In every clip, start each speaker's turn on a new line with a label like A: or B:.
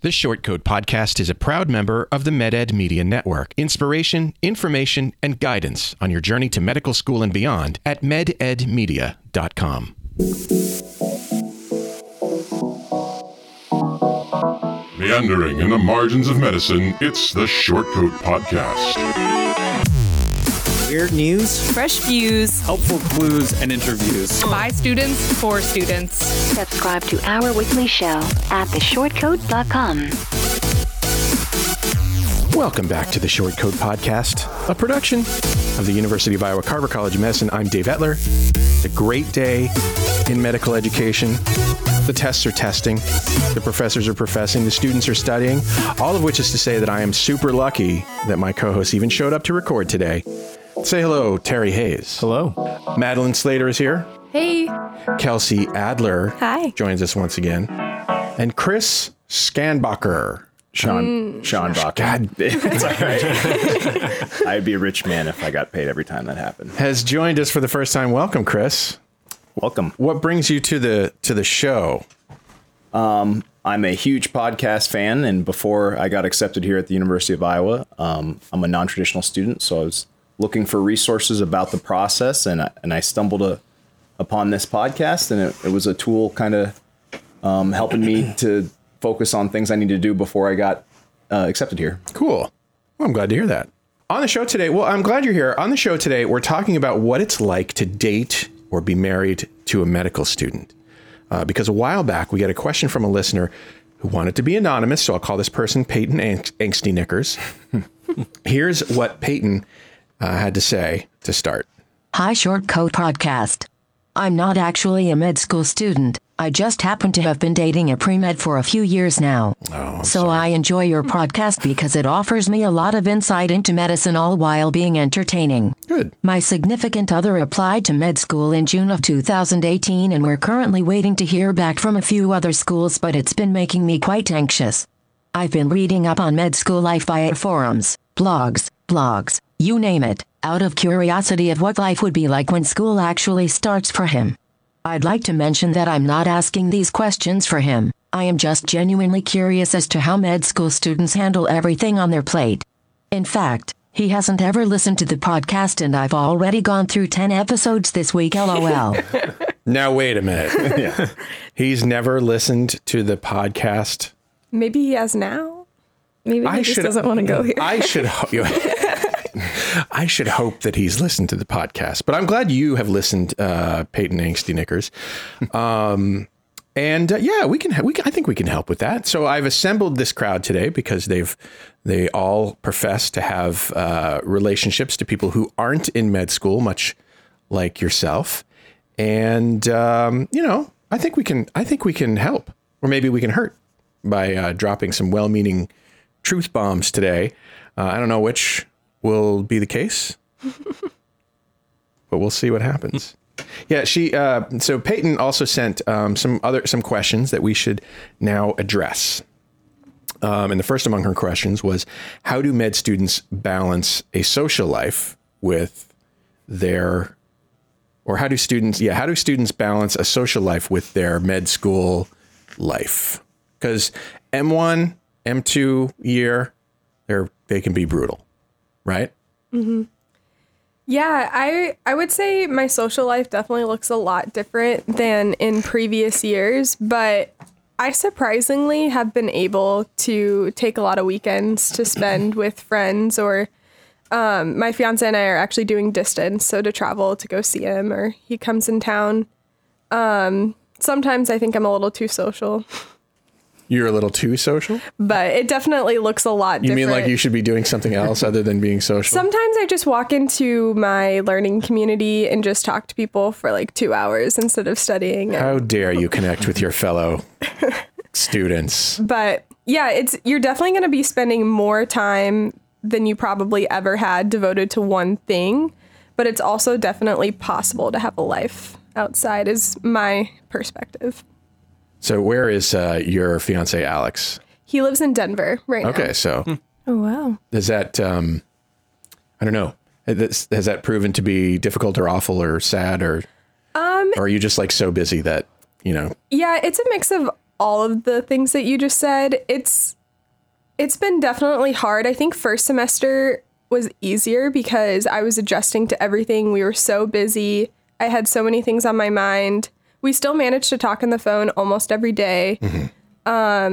A: The Shortcode Podcast is a proud member of the MedEd Media Network. Inspiration, information, and guidance on your journey to medical school and beyond at mededmedia.com.
B: Meandering in the margins of medicine, it's the Shortcode Podcast.
C: Weird news?
D: Fresh views
E: helpful clues and interviews.
D: by students for students.
F: Subscribe to our weekly show at theshortcode.com.
A: Welcome back to the Shortcode Podcast, a production of the University of Iowa Carver College of Medicine. I'm Dave Etler. It's a great day in medical education. The tests are testing, the professors are professing, the students are studying, all of which is to say that I am super lucky that my co host even showed up to record today. Say hello, Terry Hayes.
E: Hello.
A: Madeline Slater is here.
D: Hey,
A: Kelsey Adler
D: Hi.
A: joins us once again. And Chris Scanbacher.
G: Sean Sean Bach.
A: God,
G: I'd be a rich man if I got paid every time that happened.
A: has joined us for the first time. Welcome, Chris.
G: Welcome.
A: What brings you to the to the show?
G: Um, I'm a huge podcast fan, and before I got accepted here at the University of Iowa, um, I'm a non-traditional student, so I was looking for resources about the process, and I, and I stumbled a, upon this podcast, and it, it was a tool kind of um, helping me to focus on things I need to do before I got uh, accepted here.
A: Cool. Well, I'm glad to hear that. On the show today, well, I'm glad you're here. On the show today, we're talking about what it's like to date or be married to a medical student. Uh, because a while back, we got a question from a listener who wanted to be anonymous. So I'll call this person Peyton Ang- Angsty Knickers. Here's what Peyton uh, had to say to start.
H: Hi Short Code Podcast. I'm not actually a med school student. I just happen to have been dating a pre med for a few years now. so I enjoy your podcast because it offers me a lot of insight into medicine all while being entertaining.
A: Good.
H: My significant other applied to med school in June of 2018, and we're currently waiting to hear back from a few other schools, but it's been making me quite anxious. I've been reading up on med school life via forums, blogs, blogs, you name it, out of curiosity of what life would be like when school actually starts for him. I'd like to mention that I'm not asking these questions for him. I am just genuinely curious as to how med school students handle everything on their plate. In fact, he hasn't ever listened to the podcast, and I've already gone through 10 episodes this week, lol.
A: Now, wait a minute. He's never listened to the podcast.
I: Maybe he has now. Maybe he just doesn't want to go here.
A: I should. Ho- I should hope that he's listened to the podcast, but I'm glad you have listened, uh, Peyton Angsty Knickers. Um, and uh, yeah, we can. We can, I think we can help with that. So I've assembled this crowd today because they've they all profess to have uh, relationships to people who aren't in med school, much like yourself. And um, you know, I think we can. I think we can help, or maybe we can hurt by uh, dropping some well-meaning truth bombs today. Uh, I don't know which will be the case, but we'll see what happens. Yeah, she. Uh, so Peyton also sent um, some other some questions that we should now address. Um, and the first among her questions was, how do med students balance a social life with their, or how do students? Yeah, how do students balance a social life with their med school life? Because M one, M two year, they're they can be brutal, right?
I: Mm-hmm. yeah, I I would say my social life definitely looks a lot different than in previous years, but I surprisingly have been able to take a lot of weekends to spend with friends or um, my fiance and I are actually doing distance, so to travel to go see him or he comes in town. Um, sometimes I think I'm a little too social,
A: You're a little too social.
I: but it definitely looks a lot
A: You
I: different.
A: mean like you should be doing something else other than being social?
I: Sometimes I just walk into my learning community and just talk to people for like two hours instead of studying.
A: How dare you connect with your fellow students?
I: But yeah, it's you're definitely going to be spending more time than you probably ever had devoted to one thing. But it's also definitely possible to have a life outside, is my perspective.
A: So where is uh, your fiance Alex?
I: He lives in Denver right now.
A: Okay, so
I: Oh wow.
A: does that um, I don't know. Has has that proven to be difficult or awful or sad or um, or are you just like so busy that you know
I: Yeah, it's a mix of all of the things that you just said. It's it's been definitely hard. I think first semester was easier because I was adjusting to everything. We were so busy. I had so many things on my mind. We still managed to talk on the phone almost every day. Um,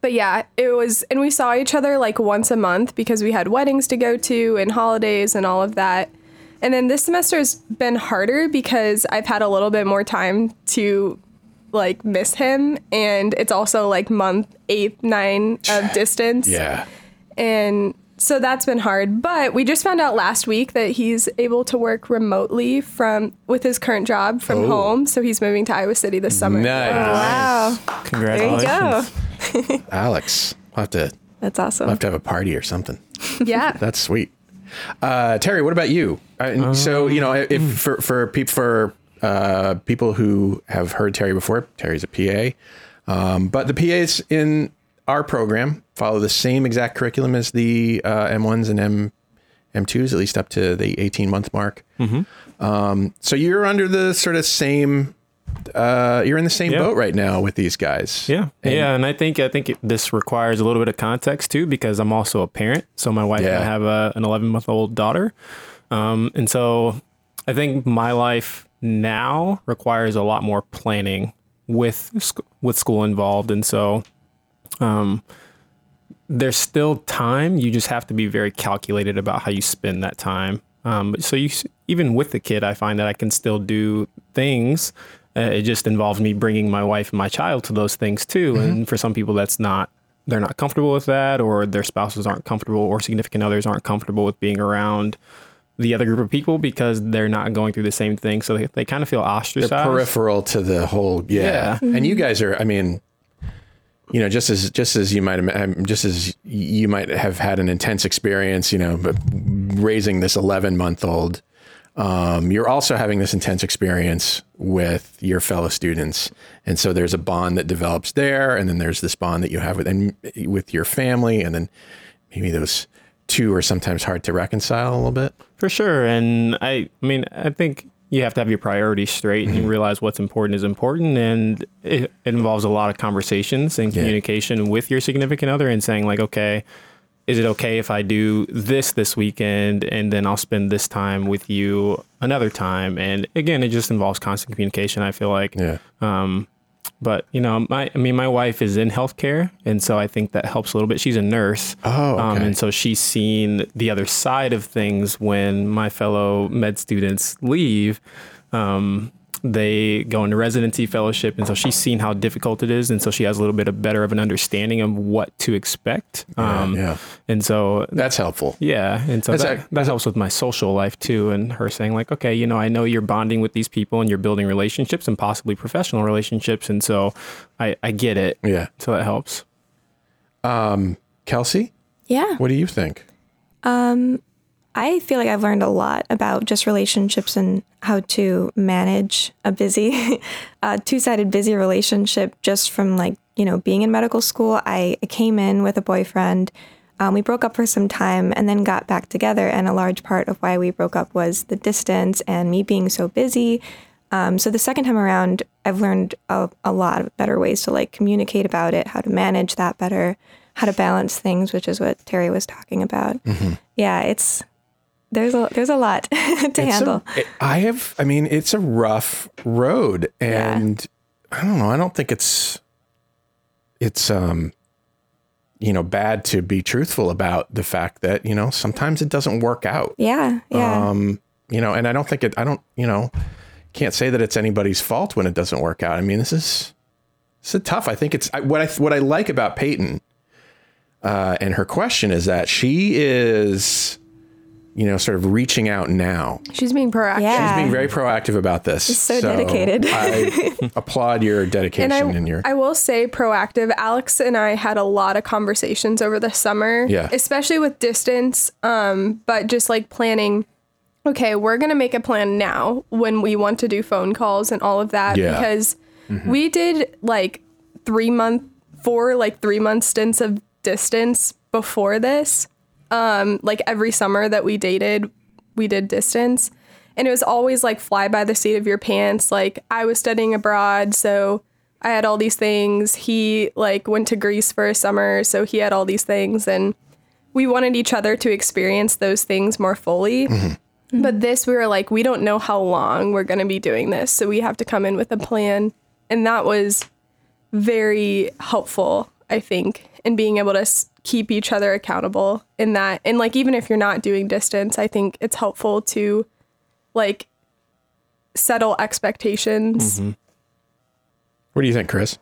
I: but yeah, it was, and we saw each other like once a month because we had weddings to go to and holidays and all of that. And then this semester has been harder because I've had a little bit more time to like miss him. And it's also like month eight, nine of distance.
A: Yeah.
I: And so that's been hard. But we just found out last week that he's able to work remotely from with his current job from
A: Oh.
I: home. So he's moving to Iowa City this summer.
A: Nice.
D: Wow. There you
C: Congratulations.
D: go.
A: Alex, we'll have to
D: That's
A: we'll
D: awesome.
A: have to have a party or something.
I: Yeah.
A: That's sweet. Uh, Terry, what about you? Uh, and so you know, if
J: Hmm.
A: for for people for uh, people who have heard Terry before, Terry's a PA, um, but the PAs in our program follow the same exact curriculum as the uh, M1s and M M2s, at least up to the 18 month mark.
J: Mm-hmm.
A: Um, so you're under the sort of same. Uh, you're in the same
J: Yeah.
A: boat right now with these guys.
J: Yeah, yeah, and I think I think it, this requires a little bit of context too, because I'm also a parent. So my wife and
A: Yeah.
J: I have a, an 11 month old daughter, um, and so I think my life now requires a lot more planning with sc- with school involved, and so um, there's still time. You just have to be very calculated about how you spend that time. Um, but so you, s- even with the kid, I find that I can still do things. Uh, it just involves me bringing my wife and my child to those things too. And for some people, that's not they're not comfortable with that, or their spouses aren't comfortable, or significant others aren't comfortable with being around the other group of people because they're not going through the same thing. So they, they kind of feel ostracized.
A: They're peripheral to the whole yeah. And you
J: Mm-hmm.
A: guys are, I mean, you know, just as just as you might ima- um, just as you might have had an intense experience, you know, but raising this 11 month old, um, you're also having this intense experience with your fellow students, and so there's a bond that develops there, and then there's this bond that you have with and with your family, and then maybe those two are sometimes hard to reconcile a little bit.
J: For sure. And I, I mean, I think you have to have your priorities straight and realize what's important is important. And it, it involves a lot of conversations and communication with your significant other and saying, like, okay, is it okay if I do this this weekend and then I'll spend this time with you another time? And again, it just involves constant communication, I feel like.
A: Yeah.
J: Um, but you know, my I mean, my wife is in healthcare, and so I think that helps a little bit. She's a nurse,
A: Oh,
J: um,
A: okay.
J: and so she's seen the other side of things when my fellow med students leave. Um, they go into residency fellowship, and so she's seen how difficult it is, and so she has a little bit of better of an understanding of what to expect. Um,
A: yeah.
J: and so
A: That's helpful.
J: yeah, and so
A: That's
J: that,
A: ac-
J: that helps with my social life too, and her saying like, okay, you know, I know you're bonding with these people and you're building relationships and possibly professional relationships, and so I I get it.
A: Yeah, Um,
J: So that helps.
A: Kelsey,
K: Yeah.
A: what do you think?
K: Um, I feel like I've learned a lot about just relationships and how to manage a busy, uh, two sided busy relationship just from like, you know, being in medical school. I came in with a boyfriend. Um, we broke up for some time and then got back together. And a large part of why we broke up was the distance and me being so busy. Um, so the second time around, I've learned a, a lot of better ways to like communicate about it, how to manage that better, how to balance things, which is what Terry was talking about.
A: Mm-hmm.
K: Yeah, it's there's a there's a lot to
A: It's a-
K: handle.
A: it- I have. I mean, it's a rough road, and I don't know. I don't think it's it's um you know bad to be truthful about the fact that you know sometimes it doesn't work out.
K: yeah, yeah,
A: Um, you know, and I don't think it. I don't. You know, can't say that it's anybody's fault when it doesn't work out. I mean, this is this is tough. I think it's I, what I what I like about Peyton uh, and her question is that she is you know sort of reaching out now
I: She's being proactive.
K: yeah.
A: She's being very proactive about this.
K: so dedicated.
A: I applaud your dedication
I: And I,
A: and, your.
I: I will say proactive. Alex and I had a lot of conversations over the summer,
A: Yeah.
I: especially with distance, um, but just like planning. Okay, we're gonna make a plan now when we want to do phone calls and all of that
A: Yeah.
I: because we did like three month, four like three month stints of distance before this. Um, like every summer that we dated, we did distance. And it was always like fly by the seat of your pants. Like I was studying abroad, so I had all these things. He like went to Greece for a summer, so he had all these things and we wanted each other to experience those things more fully.
L: Mhm.
I: But this we were like we don't know how long we're going to be doing this, so we have to come in with a plan. And that was very helpful, I think, in being able to s- keep each other accountable in that. And like even if you're not doing distance, I think it's helpful to like settle expectations.
A: Mhm. What do you think, Chris?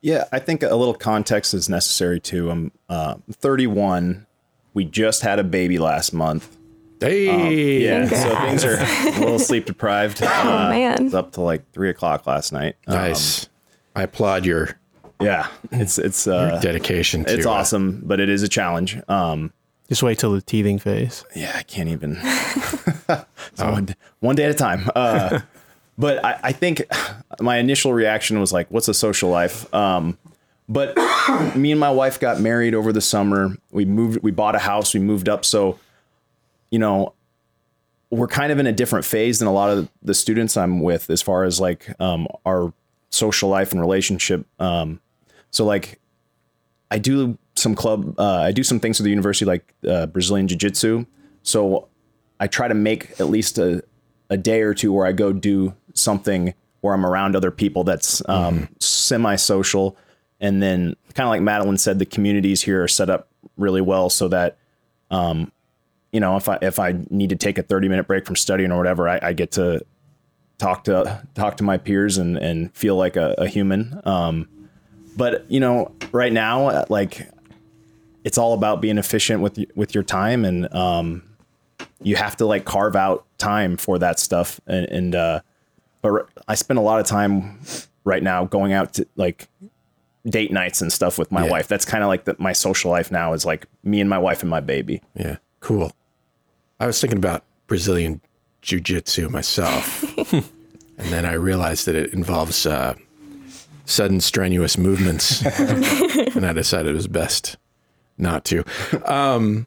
G: Yeah, I think a little context is necessary too. I'm uh, 31. We just had a baby last month. Um,
A: Hey,
G: yeah. So
A: Congrats.
G: things are a little sleep deprived. Uh,
K: man.
G: it's up to like three o'clock last night. Um,
A: Nice. I applaud your.
G: Yeah, it's it's uh,
A: dedication.
G: It's
J: to, uh,
G: awesome, but it is a challenge. Um,
J: Just wait till the teething phase.
G: yeah, I can't even. So
A: Oh.
G: one, d- one day at a time. Uh, but I, I think my initial reaction was like, "What's a social life?" Um, but me and my wife got married over the summer. We moved. We bought a house. We moved up. So, you know, we're kind of in a different phase than a lot of the students I'm with as far as like um, our social life and relationship. Um, so like I do some club, uh, I do some things with the university like uh, Brazilian Jiu Jitsu. So I try to make at least a, a day or two where I go do something where I'm around other people that's um, semi social. And then, kind of like Madeline said, the communities here are set up really well so that um, you know, if I if I need to take a 30 minute break from studying or whatever, I, I get to talk to talk to my peers and and feel like a, a human. Um, but you know, right now, uh, like it's all about being efficient with y- with your time, and um, you have to like carve out time for that stuff. And, and uh, but r- I spend a lot of time right now going out to like date nights and stuff with my wife. That's kind of like the, my social life now is like me and my wife and my baby.
A: Yeah, cool. I was thinking about Brazilian Jiu Jitsu myself. and then I realized that it involves uh, sudden strenuous movements. and I decided it was best not to. Um,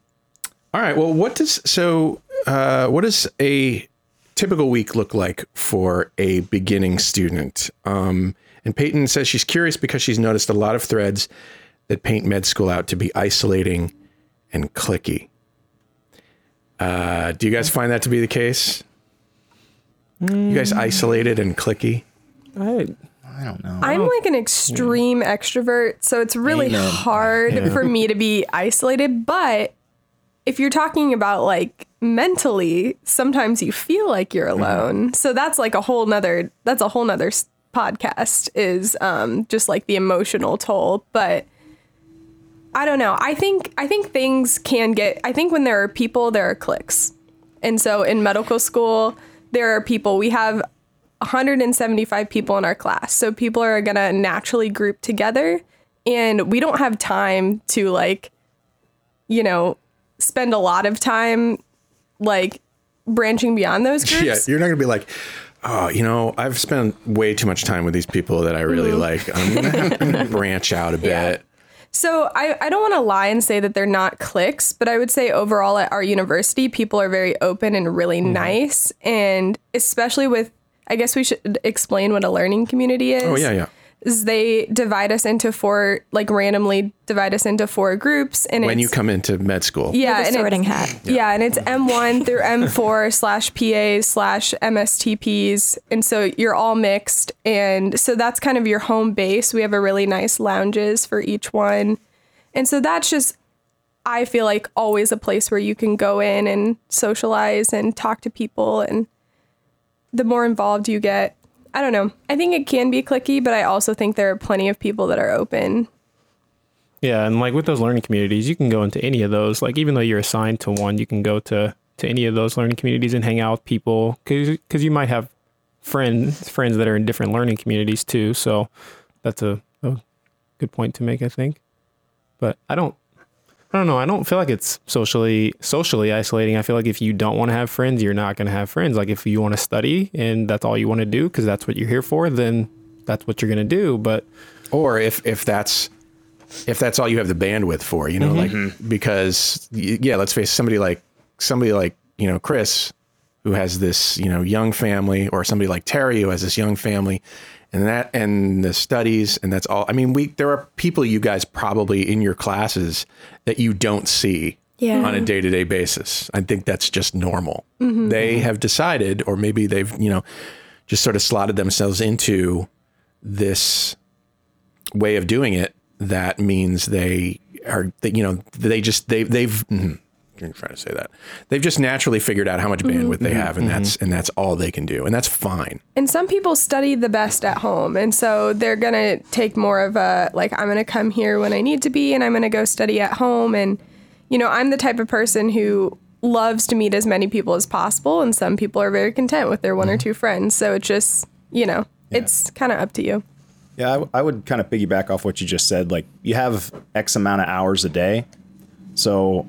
A: all right. Well, what does so uh, what does a typical week look like for a beginning student? Um, and Peyton says she's curious because she's noticed a lot of threads that paint med school out to be isolating and clicky. Uh, do you guys find that to be the case? You
I: Mm.
A: guys isolated and clicky?
J: I,
G: I don't know.
I: I'm like an extreme extrovert, so it's really
A: Amen.
I: hard
A: Yeah.
I: for me to be isolated. But if you're talking about like mentally, sometimes you feel like you're alone. So that's like a whole nother, that's a whole nother s- podcast is um, just like the emotional toll. But I don't know. I think, I think things can get, I think when there are people, there are cliques. And so in medical school, there are people, we have 175 people in our class. So people are going to naturally group together and we don't have time to like you know, spend a lot of time like branching beyond those
A: Yeah,
I: groups.
A: you're not gonna be like, oh, you know, I've spent way too much time with these people that I really
I: Mhm.
A: like. I'm gonna, I'm gonna branch out a bit.
I: So I, I don't want to lie and say that they're not cliques, but I would say overall at our university, people are very open and really
A: Mm-hmm.
I: nice. And especially with, I guess we should explain what a learning community is.
A: Oh yeah, yeah.
I: Is they divide us into four, like randomly divide us into four groups. And
A: when you
I: it's,
A: come into med school,
I: Yeah,
K: With a
I: and
K: sorting
I: it's-
K: hat.
I: Yeah. and it's M1 through M4 slash PAs slash MSTPs, and so you're all mixed, and so that's kind of your home base. We have a really nice lounges for each one, and so that's just I feel like always a place where you can go in and socialize and talk to people, and the more involved you get. I don't know. I think it can be clicky, but I also think there are plenty of people that are open.
J: Yeah, and like with those learning communities, you can go into any of those. Like even though you're assigned to one, you can go to to any of those learning communities and hang out with people because you might have friends friends that are in different learning communities too. So that's a, a good point to make, I think. But I don't. I don't know. I don't feel like it's socially socially isolating. I feel like if you don't want to have friends, you're not going to have friends. Like if you want to study and that's all you want to do because that's what you're here for, then that's what you're going to do. But
A: or if if that's if that's all you have the bandwidth for, you know,
J: Mhm.
A: like because y- yeah, let's face it, somebody like somebody like you know Chris, who has this you know young family, or somebody like Terry who has this young family, and that and the studies and that's all. I mean, we there are people you guys probably in your classes that you don't see
K: Yeah.
A: on a day to day basis. I think that's just normal.
K: Mhm.
A: They have decided, or maybe they've you know just sort of slotted themselves into this way of doing it. That means they are that you know they just they they've. mm, I'm trying to say that they've just naturally figured out how much
J: Mm-hmm.
A: bandwidth they have, and that's and that's all they can do, and that's fine.
I: And some people study the best at home. And so they're going to take more of a, like, I'm going to come here when I need to be and I'm going to go study at home. And, you know, I'm the type of person who loves to meet as many people as possible. And some people are very content with their one
A: Mm-hmm.
I: or two friends. So it just, you know, it's kind of up to you.
G: Yeah, I, w- I would kind of piggyback off what you just said. Like, you have X amount of hours a day, so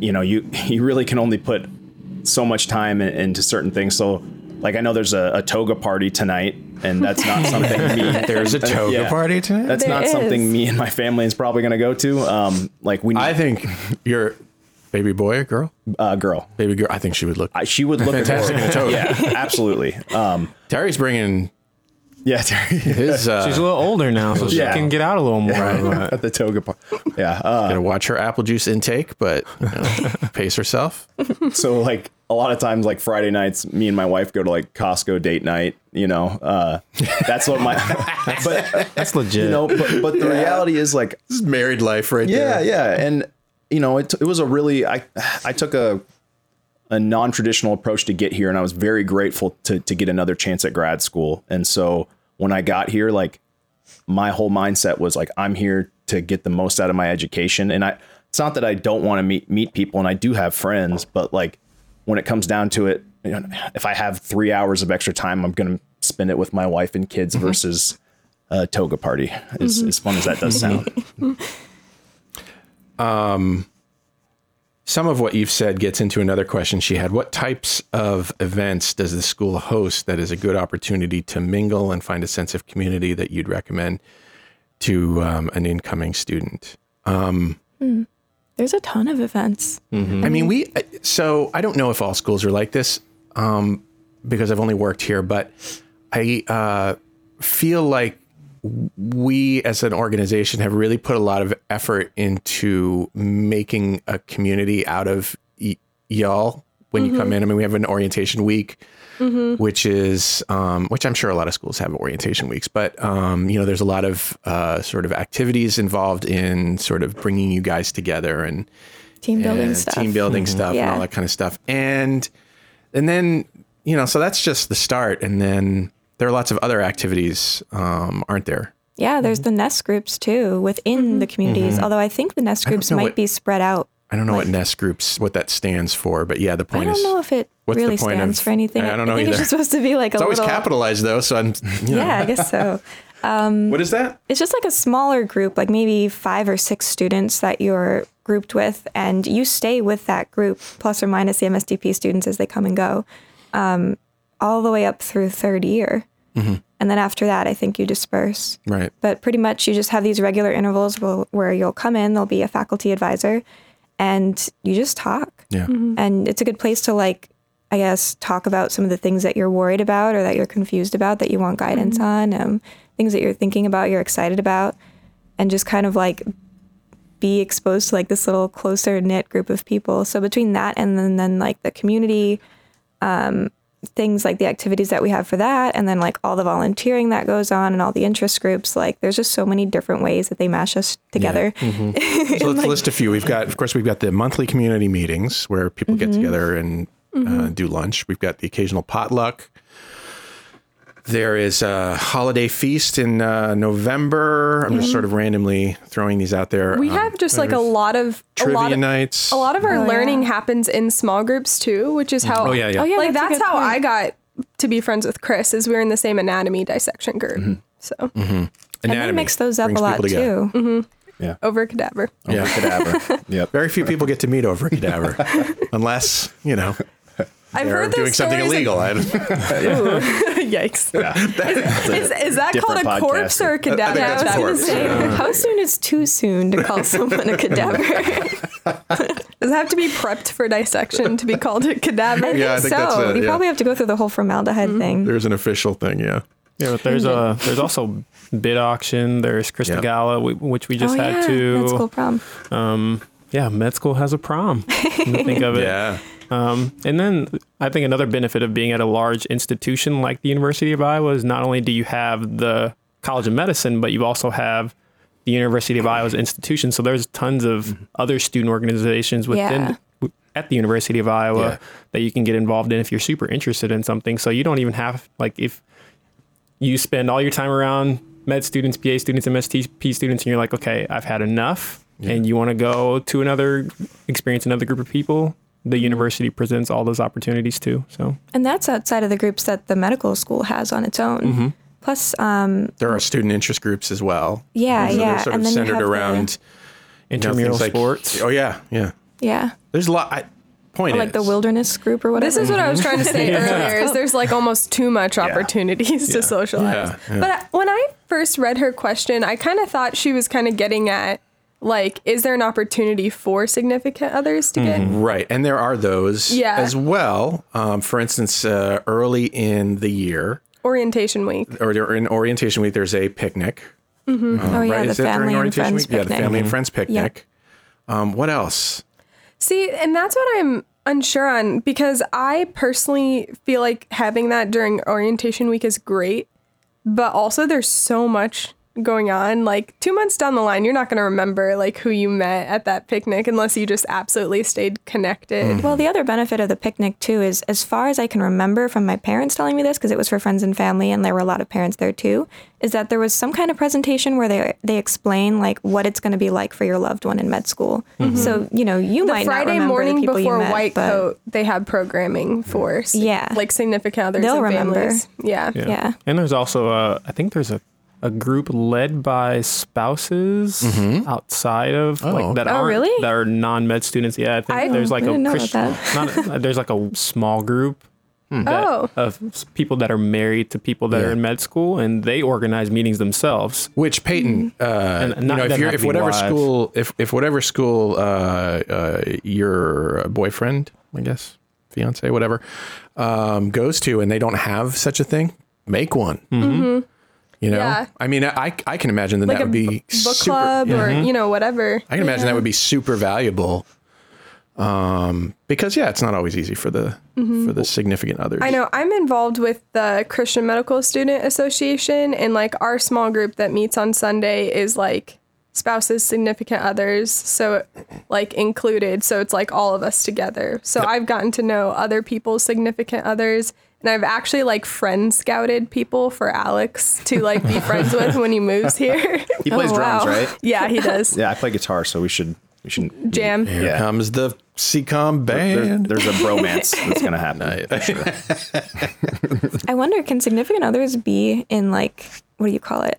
G: you know you you really can only put so much time in, into certain things. So, like, I know there's a, a toga party tonight, and that's not something me.
A: There's a toga party tonight?
G: That's
A: There
G: not
A: is.
G: something me and my family is probably going to go to. Um, like we.
A: I think your baby boy or girl?
G: Uh, girl.
A: Baby girl. I think she would look.
G: she would look
A: fantastic in a toga.
G: Yeah, absolutely. Um,
A: Terry's bringing.
G: Yeah, Terry.
A: His, uh,
J: She's a little older now, so
A: Yeah.
J: she can get out a little more.
A: Right.
G: At the toga part. Yeah. uh,
A: Gotta watch her apple juice intake, but you know, pace herself.
G: so like a lot of times like friday nights me and my wife go to like costco date night you know uh that's what my but
J: that's legit
G: you know but, but the
A: Yeah.
G: reality is like
A: this is married life right
G: yeah
A: there.
G: yeah and you know it, it was a really i i took a a non-traditional approach to get here and i was very grateful to to get another chance at grad school and so when i got here like my whole mindset was like i'm here to get the most out of my education and i it's not that i don't want to meet meet people and i do have friends but like when it comes down to it you know, if i have three hours of extra time i'm going to spend it with my wife and kids
I: Mm-hmm.
G: versus a toga party as,
A: Mhm.
G: as fun as that does sound
A: Um, some of what you've said gets into another question she had. What types of events does the school host that is a good opportunity to mingle and find a sense of community that you'd recommend to um, an incoming student? Um,
K: Hmm. There's a ton of events.
A: I mean, we. uh, So I don't know if all schools are like this, um, because I've only worked here, but I uh, feel like we as an organization have really put a lot of effort into making a community out of y- y'all when you come
L: Mhm.
A: in. I mean, we have an orientation week
L: Mm-hmm.
A: which is um, which I'm sure a lot of schools have orientation weeks, but um, you know, there's a lot of uh, sort of activities involved in sort of bringing you guys together and
K: Team building
A: and
K: stuff.
A: team building
K: Mhm.
A: stuff, and
K: Yeah.
A: all that kind of stuff, and and then you know, so that's just the start, and then there are lots of other activities, um, aren't there?
K: Yeah, there's
A: Mm-hmm.
K: the nest groups too within the communities.
A: Mhm.
K: Although I think the nest
A: I don't
K: groups
A: know
K: might
A: what-
K: be spread out.
A: I don't know what nest groups what that stands for, but yeah, the
K: I
A: point
K: don't
A: is
K: know if it
A: what's the
K: really
A: point
K: stands
A: of-
K: for anything.
A: I don't know
K: I think
A: either.
K: it's just supposed to be like
A: it's
K: a
A: always
K: little.
A: capitalized though, so I'm you know.
K: Yeah, I guess so. Um,
A: What is that?
K: It's just like a smaller group, like maybe five or six students that you're grouped with, and you stay with that group, plus or minus the MSDP students as they come and go, um, all the way up through third year.
A: Mhm.
K: And then after that, I think you disperse.
A: Right.
K: But pretty much you just have these regular intervals where, where you'll come in, there'll be a faculty advisor, and you just talk.
A: Yeah. Mhm.
K: And it's a good place to, like, I guess, talk about some of the things that you're worried about or that you're confused about that you want guidance on, um, things that you're thinking about, you're excited about, and just kind of like be exposed to like this little closer knit group of people. So between that and then, then like the community, um, things like the activities that we have for that, and then like all the volunteering that goes on and all the interest groups, like there's just so many different ways that they mash us together.
G: Mm-hmm.
A: Mhm. so let's list a few. We've got, of course, we've got the monthly community meetings where people get
K: Mhm.
I: Mm-hmm.
A: together and uh,
K: Mhm.
A: do lunch. We've got the occasional potluck. There is a holiday feast in uh, November. I'm just
I: Mhm.
A: sort of randomly throwing these out there.
I: We
A: Um,
I: have just like a
A: there's
I: lot of a
A: trivia
I: lot of,
A: nights.
I: A lot of our
A: Oh, yeah.
I: learning happens in small groups too, which is how
A: Oh, yeah, yeah. Oh, yeah,
I: like
K: that's a
I: that's,
K: good
I: how
K: point.
I: I got to be friends with Chris is we were in the same anatomy dissection group.
A: Mm-hmm.
I: So
G: Mm-hmm.
A: Mhm.
K: And they
A: Anatomy
K: mix those up a
A: brings
K: lot
A: people together. Oh,
K: too.
G: Yeah.
I: Over cadaver.
A: Yeah.
G: cadaver. Yep.
A: Very few people get to meet over a cadaver, unless you know.
I: I've
A: they're
I: heard those
A: doing something
I: stories
A: illegal. I
I: of-
A: don't-
I: Ooh. Yikes.
A: That's
I: Is, is that called a
A: different
I: corpse
A: podcast.
I: or a
A: I- I
I: cadaver?
A: think that's
K: I
A: a
K: was
A: corpse.
K: gonna say,
A: Yeah.
K: How soon is too soon to call someone a cadaver?
I: Does it have to be prepped for dissection to be called a cadaver?
A: Yeah, I think
K: so
A: that's it,
K: you
A: yeah.
I: Mm-hmm.
K: probably have to go through the whole formaldehyde thing.
A: There's an official thing, yeah.
J: Yeah, but there's a there's also bid auction. There's Krista
K: Yep.
J: Gala, we- which we just
K: oh,
J: had
K: yeah.
J: to.
K: Med school prom.
J: Um, yeah, med school has a prom. Come to think of it.
A: Yeah.
J: Um, and then I think another benefit of being at a large institution like the University of Iowa is not only do you have the College of Medicine, but you also have the University of Iowa's institution. So there's tons of other student organizations
K: Yeah.
J: within at the University of Iowa that you can get involved in if you're super interested in something. So you don't even have like if you spend all your time around med students, PA students, MSTP students, and you're like, okay, I've had enough, and you want to go to another experience, another group of people. The university presents all those opportunities too. So
K: And that's outside of the groups that the medical school has on its
J: Mm.
K: own.
A: Mhm.
K: Plus, um,
A: There are student interest groups as well.
K: Yeah,
A: So they're
K: yeah,
A: Sort
K: and
A: of
K: then you
A: centered
K: have the-
A: around you know, things
J: Intramural
A: like-
J: sports.
A: Oh yeah, yeah.
K: yeah,
A: There's a lot. I, point
K: like
A: is,
K: the wilderness group or whatever.
I: This is what I was trying to say
A: Yeah.
I: earlier. Is there's like almost too much opportunities to socialize.
A: Yeah, yeah.
I: But when I first read her question, I kind of thought she was kind of getting at like, is there an opportunity for significant others to
J: Mm-hmm.
I: get?
A: Right. And there are those
I: Yeah.
A: as well. Um, for instance, uh, early in the year
I: Orientation week.
A: or in orientation week, there's a picnic.
I: Mm-hmm.
A: Um,
K: Oh, yeah, the
A: Is it during
K: family and
A: orientation
K: friends
A: week? Yeah, the
K: picnic.
A: family and
K: Mhm.
A: friends
K: Yeah.
A: picnic. Um, what else?
I: See, and that's what I'm unsure on because I personally feel like having that during orientation week is great, but also there's so much going on. Like 2 months down the line, you're not going to remember like who you met at that picnic unless you just absolutely stayed connected.
A: Mm-hmm.
K: Well, the other benefit of the picnic too is, as far as I can remember from my parents telling me this, because it was for friends and family, and there were a lot of parents there too, is that there was some kind of presentation where they they explain like what it's going to be like for your loved one in med school.
A: Mm-hmm.
K: So you know you
I: the
K: might not
I: Friday
K: remember the
I: morning
K: people
I: before
K: you met,
I: white
K: but
I: coat, they have programming for s-
K: Yeah.
I: like significant others
K: They'll
I: and
K: remember.
I: families. Yeah.
J: And there's also a, I think there's a, a group led by spouses
A: Mm-hmm.
J: outside of like that
I: Oh,
J: aren't
I: really?
J: that are non med students. Yeah, I think
I: I-
J: there's like
I: I
J: a
I: didn't know about
J: Christian, not, there's like a small group
A: Hmm.
J: that,
I: Oh.
J: of s- people that are married to people that are in med school, and they organize meetings themselves.
A: Which Peyton,
I: Mm-hmm.
A: uh, you
J: and
A: know, if
J: doesn't
A: you're
J: have to
A: if
J: be
A: whatever
J: live.
A: school if if whatever school uh, uh, your boyfriend, I guess fiance, whatever, um, goes to, and they don't have such a thing, make one.
I: Mhm.
A: You know,
I: Yeah.
A: I mean, I I can imagine that
I: Like
A: that
I: a
A: would be
I: b- book
A: super-
I: club or
A: Mhm.
I: you know whatever.
A: I can imagine that would be super valuable. Um, because yeah, it's not always easy for the
I: Mhm.
A: for the significant others.
I: I know I'm involved with the Christian Medical Student Association, and like our small group that meets on Sunday is like spouses, significant others, so like included. So it's like all of us together. So I've gotten to know other people's significant others, and I've actually like friend scouted people for Alex to like be friends with when he moves here. Oh,
G: He plays drums, right?
I: Yeah, he does.
G: Yeah, I play guitar, so we should we should
I: Jam.
A: Here comes the CCOM
G: There-
A: band.
G: there's a bromance that's gonna happen. for sure.
K: I wonder can significant others be in like what do you call it?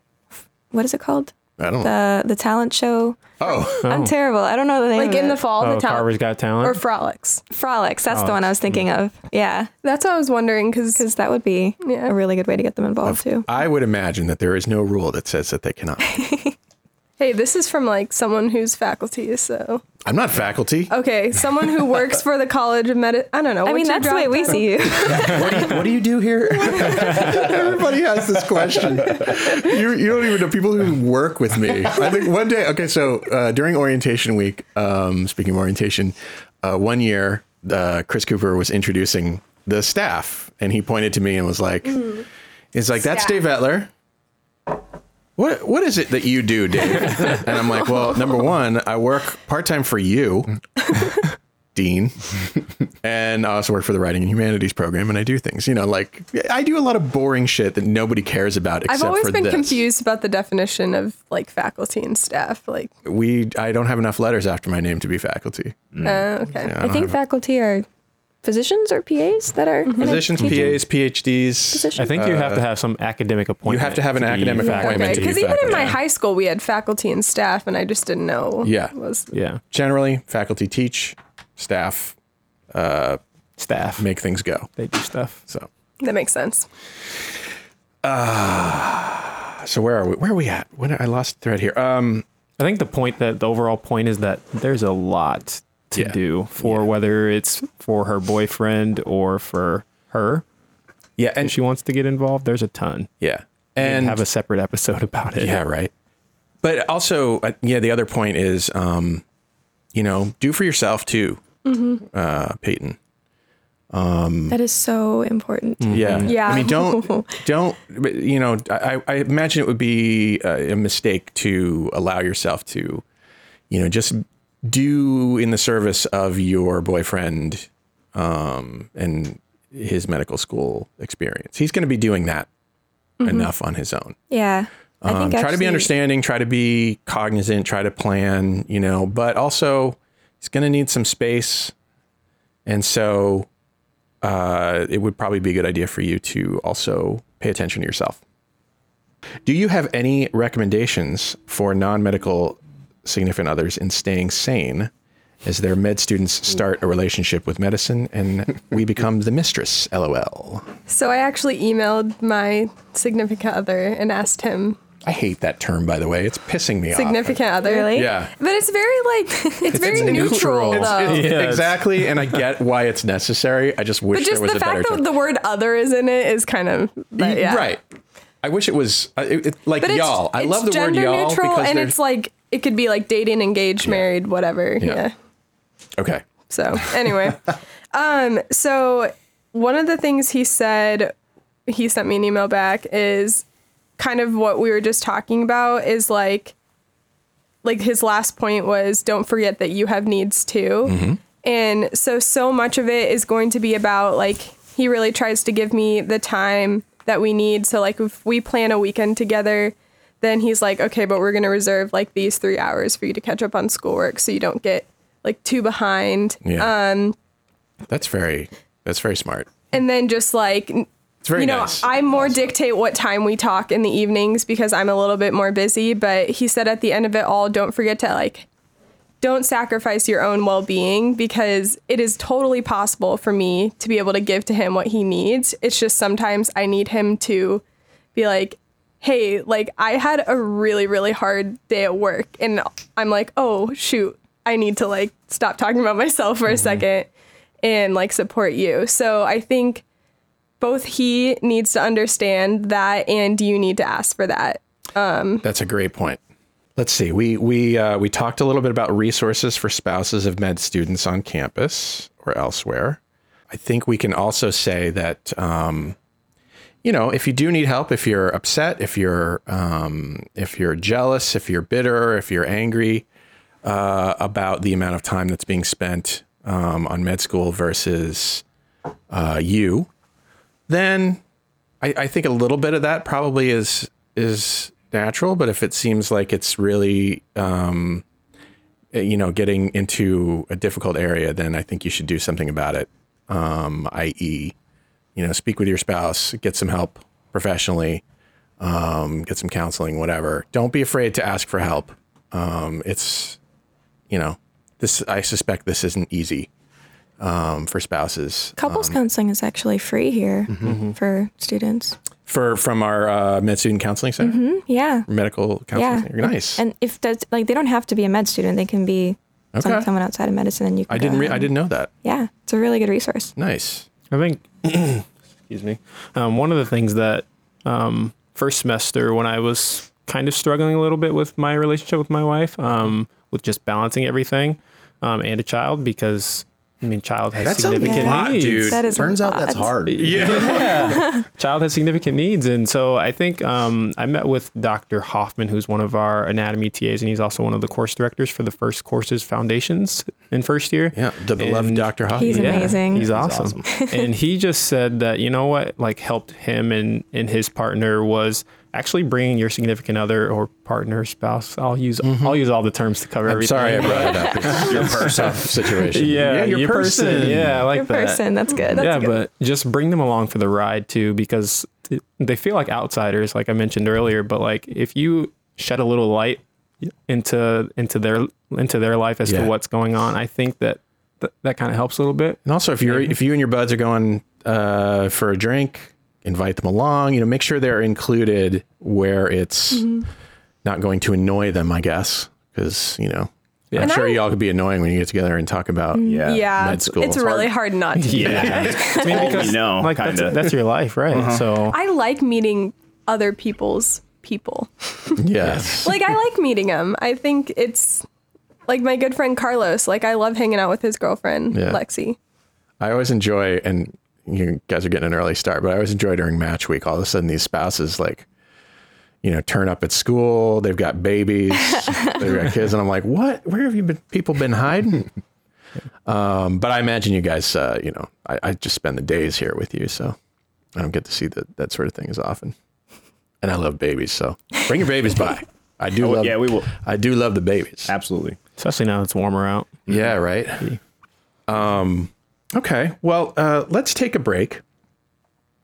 K: What is it called?
A: I don't
K: the the talent show.
A: Oh,
K: I'm terrible. I don't know the name.
I: Like
K: of
I: in
K: it.
I: the fall,
J: Oh,
I: the talent
J: Carver's Got Talent.
I: or frolics.
K: Frolics. That's the one I was thinking of. Yeah.
I: That's what I was wondering because
K: Because that would be a really good way to get them involved too.
A: I would imagine that there is no rule that says that they cannot.
I: hey, this is from like someone who's faculty, so
A: I'm not faculty.
I: Okay, someone who works for the College of Medicine. I don't know.
K: I mean, that's the way we see you.
A: What do you do here? Everybody has this question. You, you don't even know people who work with me. I think one day, okay, so uh, during orientation week, um, speaking of orientation, uh, one year, uh, Chris Cooper was introducing the staff and he pointed to me and was like,
I: Mm.
A: "It's like, that's Dave Etler. What, what is it that you do, Dave? and I'm like, well, number one, I work part time for you. Dean, and I also work for the Writing and Humanities program, and I do things, you know, like I do a lot of boring shit that nobody cares about. Except
I: I've always
A: for
I: been
A: this.
I: confused about the definition of like faculty and staff. Like,
A: We, I don't have enough letters after my name to be faculty.
I: uh, okay.
A: Yeah, I
K: I
A: don't
K: think
A: have-
K: faculty are physicians or PAs that
I: Mm-hmm.
K: are
A: Physicians, PAs, PhDs.
K: Physician.
J: I think you have
A: Uh,
J: to have some academic appointment.
A: have to have an
J: be
A: academic
J: faculty.
A: appointment
I: Okay,
A: to be
I: because even in my
A: faculty.
I: high school, we had faculty and staff, and I just didn't know.
A: Yeah.
I: Was
J: Yeah,
A: Generally, faculty teach, staff uh,
J: staff.
A: make things go.
J: They do stuff.
A: So,
I: that makes sense?
A: uh, so where are we? Where are we at? When I lost the thread here. Um,
J: I think the point that the overall point is that there's a lot to
A: Yeah.
J: do for whether it's for her boyfriend or for her.
A: yeah, and
J: If she wants to get involved, there's a ton.
A: Yeah.
J: and have a separate episode about it.
A: Yeah, right. But also, uh, yeah, the other point is, um, you know, do for yourself too,
K: Mhm.
A: uh, Peyton. Um,
K: That is so important.
A: Mm-hmm. yeah,
K: Yeah.
A: I mean, don't don't but, you know? I, I imagine it would be a, a mistake to allow yourself to, you know, just do in the service of your boyfriend um, and his medical school experience. He's going to be doing that
K: Mhm.
A: enough on his own.
K: Yeah. I
A: Um,
K: think
A: try to
K: actually-
A: be understanding, try to be cognizant, try to plan, you know, but also he's going to need some space. And so uh, it would probably be a good idea for you to also pay attention to yourself. Do you have any recommendations for non medical significant others in staying sane as their med students start a relationship with medicine and we become the mistress? LOL.
I: So I actually emailed my significant other and asked him
A: I hate that term, by the way. It's pissing me off.
I: significant other.
A: Really? Yeah.
I: But it's very like it's, very neutral, though.
A: It's- it's- Exactly, and I get why it's necessary. I just wish
I: but just
A: there was
I: the
A: a better
I: fact that
A: term.
I: the word other is in it is kind of but
A: Y-
I: yeah.
A: Right. I wish it was uh, it, it- like
I: But it's-
A: y'all. I
I: it's
A: love the word
I: gender
A: y'all
I: neutral
A: because
I: and
A: there's-
I: it's like it could be like dating, engaged, married, whatever.
A: Yeah.
I: yeah.
A: okay.
I: So anyway, um, so one of the things he said, he sent me an email back is kind of what we were just talking about is like, like his last point was don't forget that you have needs too.
A: Mm-hmm.
G: Mm-hmm.
I: And so, so much of it is going to be about like, he really tries to give me the time that we need. So, like, if we plan a weekend together, then he's like, okay, but we're going to reserve like these three hours for you to catch up on schoolwork so you don't get like too behind.
A: Yeah.
I: Um,
A: That's very that's very smart.
I: and then just like, n-
A: It's very
I: you know,
A: nice.
I: I more dictate what time we talk in the evenings because I'm a little bit more busy. But he said at the end of it all, don't forget to like don't sacrifice your own well being because it is totally possible for me to be able to give to him what he needs. It's just sometimes I need him to be like, hey, like I had a really, really hard day at work. And I'm like, oh, shoot, I need to like stop talking about myself for a second and like support you. So I think both he needs to understand that and you need to ask for that. Um,
A: That's a great point. Let's see. We we uh, we talked a little bit about resources for spouses of med students on campus or elsewhere. I think we can also say that um, you know if you do need help, if you're upset, if you're um, if you're jealous, if you're bitter, if you're angry uh, about the amount of time that's being spent um, on med school versus uh, you, then I, I think a little bit of that probably is is natural. But if it seems like it's really, um, eh, you know, getting into a difficult area, then I think you should do something about it. Um, i.e., you know, speak with your spouse, get some help professionally, um, get some counseling, whatever. Don't be afraid to ask for help. Um, it's, you know, this. I suspect this isn't easy um, for spouses. Um,
K: Couples counseling is actually free here
A: Mhm.
K: for students.
A: for from our uh, med student counseling center,
I: Mm-hmm.
K: hmm Yeah.
A: medical counseling
K: yeah.
A: center. Nice.
K: And if that's like they don't have to be a med student, they can be some-
A: Okay.
K: someone outside of medicine and you can
A: I
K: go
A: didn't. Re- I
K: and-
A: didn't know that.
K: Yeah. It's a really good resource.
A: Nice.
J: I think, excuse me, um, one of the things that um, first semester when I was kind of struggling a little bit with my relationship with my wife, um, with just balancing everything um, and a child, because I mean, child has
G: That's a
J: significant
G: lot,
J: needs.
G: dude. That is a Turns out that's lot. hard.
J: Yeah. child has significant needs. And so I think um, I met with Dr. Hoffman, who's one of our anatomy TAs, and he's also one of the course directors for the first courses foundations in first year.
A: Yeah. The beloved Dr. Hoffman. He's amazing.
J: He's
A: He's
J: awesome. and he just said that, you know what, like helped him and, and his partner was actually bringing your significant other or partner spouse. I'll use, I'll use all the terms to cover
A: Mm-hmm. I'm
J: everything.
A: sorry I brought it up. It's your person situation.
J: Yeah,
A: Yeah, your
J: person.
A: person.
J: Yeah, I like
K: Your
J: that.
K: person, that's good. That's
J: yeah,
K: good.
J: but just bring them along for the ride too, because t- they feel like outsiders, like I mentioned earlier. But like, if you shed a little light into into their into their life as
A: Yeah.
J: to what's going on, I think that th- that kind of helps a little bit.
A: And also, if you're if you and your buds are going uh, for a drink, invite them along. You know, make sure they're included where it's
I: Mhm.
A: not going to annoy them. I guess because you know.
I: Yeah.
A: I'm
I: And
A: sure
I: I- Mm,
A: y'all could be annoying when you get together and talk about
I: yeah,
A: Oh, med
I: it's,
A: school.
I: it's really hard not to. do
A: Yeah.
I: that.
A: It's all we know,
J: like that's,
A: kinda.
J: that's your life, right?
A: Uh-huh.
J: So
I: I like meeting other people's people.
A: Yes.
I: like I like meeting them. I think it's like my good friend Carlos. Like I love hanging out with his girlfriend
A: Yeah.
I: Lexi.
A: I always enjoy, and you guys are getting an early start, but I always enjoy during match week. All of a sudden, these spouses like, you know, turn up at school. They've got babies, they've got kids, and I'm like, what? Where have you been? People been hiding? um, but I imagine you guys, uh, you know, I, I just spend the days here with you, so I don't get to see that that sort of thing as often. And I love babies, so bring your babies by. I do.
G: Oh,
A: love,
G: yeah, we will.
A: I do love the babies.
G: Absolutely.
J: Especially now it's warmer out.
A: Yeah, right. Um, okay. Well, uh, let's take a break.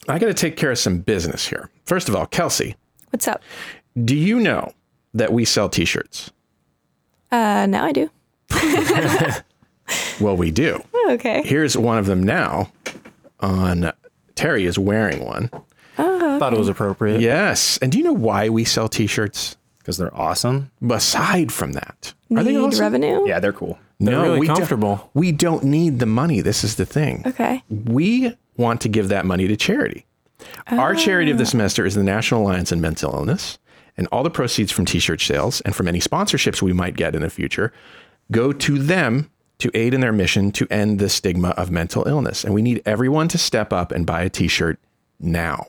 A: I got to take care of some business here. First of all, Kelsey,
K: What's up?
A: do you know that we sell t shirts?
K: Uh, now I do.
A: Well, we do.
K: Oh, Okay.
A: Here's one of them now. On Terry is wearing one.
K: Oh,
J: Thought it was appropriate.
A: Yes. And do you know why we sell t shirts?
G: Because they're awesome.
A: Aside from that,
K: need revenue?
G: Yeah, they're cool.
J: They're really
A: we don't-
J: comfortable.
A: we don't need the money. This is the thing.
K: Okay.
A: we want to give that money to charity. Our charity
J: Ah.
A: of the semester is the National Alliance on Mental Illness, and all the proceeds from t-shirt sales and from any sponsorships we might get in the future go to them to aid in their mission to end the stigma of mental illness. And we need everyone to step up and buy a t-shirt now.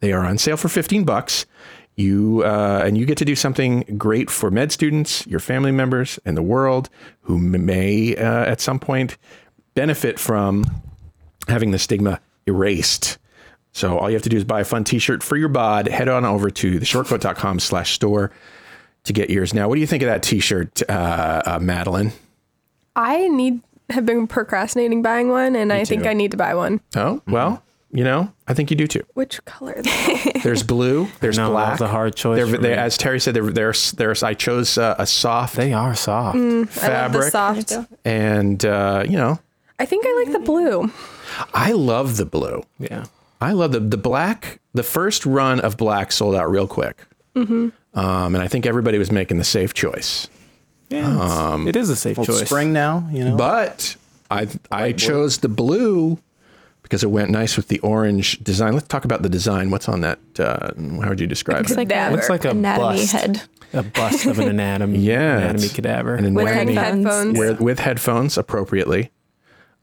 A: They are on sale for 15 bucks. You uh, and you get to do something great for med students, your family members, and the world who m- may uh, at some point benefit from having the stigma erased. So all you have to do is buy a fun T-shirt for your bod. Head on over to theshortcoat.com slash store to get yours. Now, what do you think of that T-shirt, uh, uh, Madeline?
I: I need have been procrastinating buying one, and I think
A: too.
I: I need to buy one.
A: Oh,
J: Mm-hmm.
A: well, you know, I think you do too.
I: Which color? Mm,
A: There's blue. There's
J: No,
A: black.
J: that was a hard choice.
A: They're-
J: for
A: they-
J: me.
A: as Terry said, they're, they're, they're, I chose uh, a soft
J: they are soft.
I: Mm, I love the
A: fabric,
I: soft.
A: and uh, you know,
I: I think I like the blue.
A: I love the blue.
J: Yeah.
A: I love the the black. The first run of black sold out real quick,
K: Mm-hmm.
A: um, and I think everybody was making the safe choice. Um,
J: Yeah. it's- it is a safe
G: Well, it's
J: choice.
G: spring now, you know.
A: But I I chose the blue because it went nice with the orange design. Let's talk about the design. What's on that? Uh, how would you describe it?
K: It's like a
I: Cadaver.
J: Looks like a
K: anatomy
J: bust.
K: head.
J: A bust of an anatomy.
A: Yeah,
J: Anatomy
A: it's-
J: cadaver.
A: And then
I: With
A: wearing-
I: headphones.
K: headphones.
A: wear- with headphones appropriately.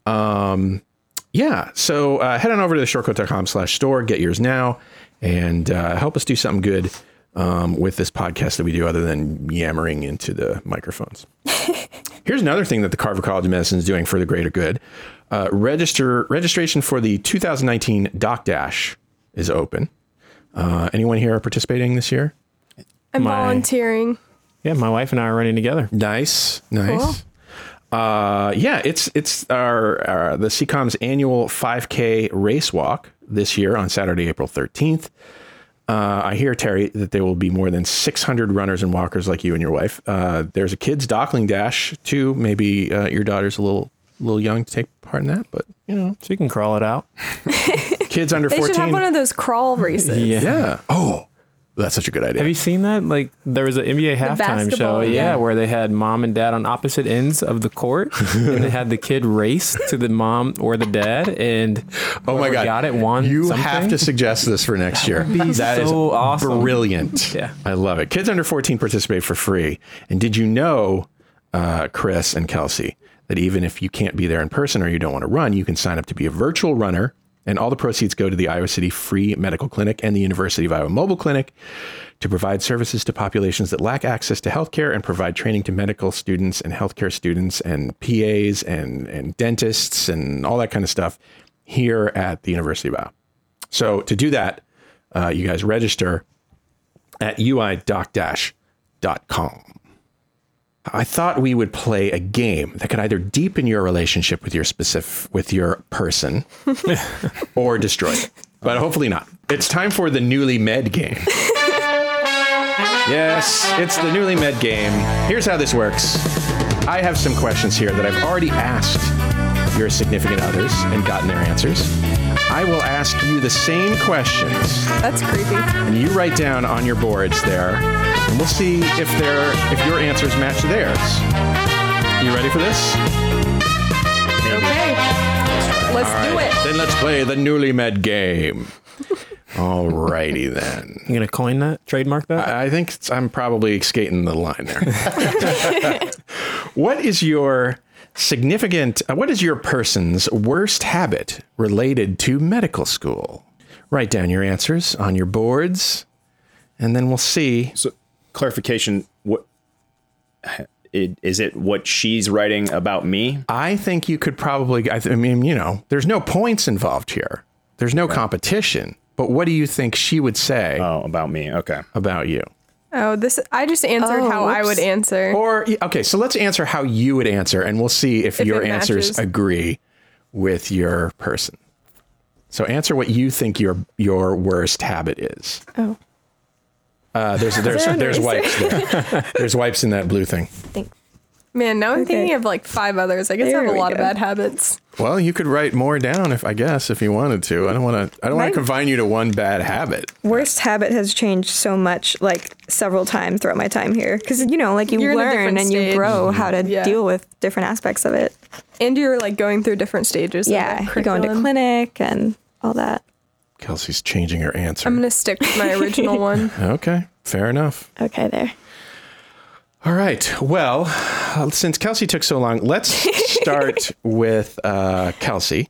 A: Um, yeah. So uh, head on over to theshortcode.com slash store, get yours now, and uh, help us do something good um, with this podcast that we do other than yammering into the microphones. Here's another thing that the Carver College of Medicine is doing for the greater good. Uh, register registration for the 2019 Doc Dash is open. Uh, anyone here participating this year?
I: I'm
J: My-
I: volunteering.
J: yeah, my wife and I are running together.
A: Nice, nice. Uh, yeah, it's it's our, our the CCOM's annual 5K race walk this year on Saturday, April 13th. Uh, I hear Terry that there will be more than 600 runners and walkers like you and your wife. Uh, there's a kids dockling dash too. Maybe uh, your daughter's a little little young to take part in that, but you know,
J: She can crawl it out.
A: kids under
I: They
A: 14.
I: should have one of those crawl races.
A: yeah. Oh, that's such a good idea.
J: Have you seen that? Like there was an NBA halftime show,
I: basketball,
J: yeah,
I: yeah.
J: where they had mom and dad on opposite ends of the court, and they had the kid race to the mom or the dad, and
A: oh my
J: whoever
A: god,
J: got it one.
A: You
J: something.
A: have to suggest this for next year. That is
J: so awesome.
A: brilliant.
J: Yeah.
A: I love it. Kids under 14 participate for free. And did you know, uh, Chris and Kelsey, that even if you can't be there in person or you don't want to run, you can sign up to be a virtual runner. And all the proceeds go to the Iowa City Free Medical Clinic and the University of Iowa Mobile Clinic to provide services to populations that lack access to healthcare and provide training to medical students and healthcare students and PAs and, and dentists and all that kind of stuff here at the University of Iowa. So to do that, uh, you guys register at uidoc-com. I thought we would play a game that could either deepen your relationship with your specific with your person or destroy it. But hopefully not. It's time for the newly med game. yes, it's the newly med game. Here's how this works. I have some questions here that I've already asked your significant others and gotten their answers. I will ask you the same questions
I: That's creepy.
A: and you write down on your boards there, and we'll see if their if your answers match theirs. You ready for this?
I: Okay. Let's do it.
A: Then let's play the newly med game. All righty then.
J: You gonna coin that? Trademark that?
A: I, I think it's- I'm probably skating the line there. what is your significant? uh, What is your person's worst habit related to medical school? Write down your answers on your boards, and then we'll see.
G: So, clarification: what it, is it? What she's writing about me?
A: I think you could probably. I, th- I mean, you know, there's no points involved here. There's no competition. But what do you think she would say?
G: Oh, about me. Okay.
A: About you.
I: Oh, this I just answered
K: Oh,
I: how I would
K: whoops.
I: answer.
A: Or y- okay, so let's answer how you would answer, and we'll see if,
I: If
A: your
I: it
A: answers
I: matches.
A: agree with your person. So answer what you think your your worst habit is.
K: Oh,
A: Uh, there's there's
I: Fair
A: there's
I: answer.
A: wipes there. There's wipes in that blue thing.
K: thank.
I: Man, now I'm
K: Okay.
I: thinking of like five others. I guess I
K: There
I: have a
K: we
I: lot of
K: go.
I: bad habits.
A: Well, you could write more down if I guess if you wanted to. I don't want to. I don't want
K: Mine-
A: to confine you to one bad habit.
K: Worst habit has changed so much, like several times throughout my time here, because you know, like you
I: You're in a
K: learn
I: different
K: and
I: stage.
K: you
A: Mm-hmm.
K: grow how to
I: Yeah.
K: deal with different aspects of it.
I: And you're like going through different stages. of
K: Yeah,
I: the
K: you're going to
I: curriculum.
K: clinic and all that.
A: Kelsey's changing her answer.
K: Um,
I: I'm gonna stick with my original one.
A: okay, fair enough.
K: Okay, there.
A: All right. Well, uh, since Kelsey took so long, let's start with uh, Kelsey.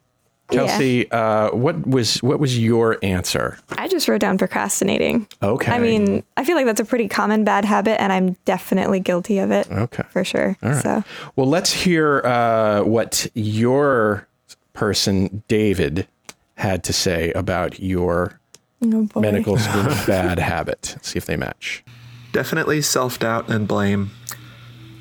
K: Yeah.
A: Kelsey, uh, what was what was your answer?
K: I just wrote down procrastinating.
A: Okay.
K: I mean, I feel like that's a pretty common bad habit, and I'm definitely guilty of it.
A: Okay.
K: For sure. So,
A: Well, let's hear uh, what your person David had to say about your
K: oh boy.
A: medical school bad habit. See if they match.
L: Definitely self doubt and blame.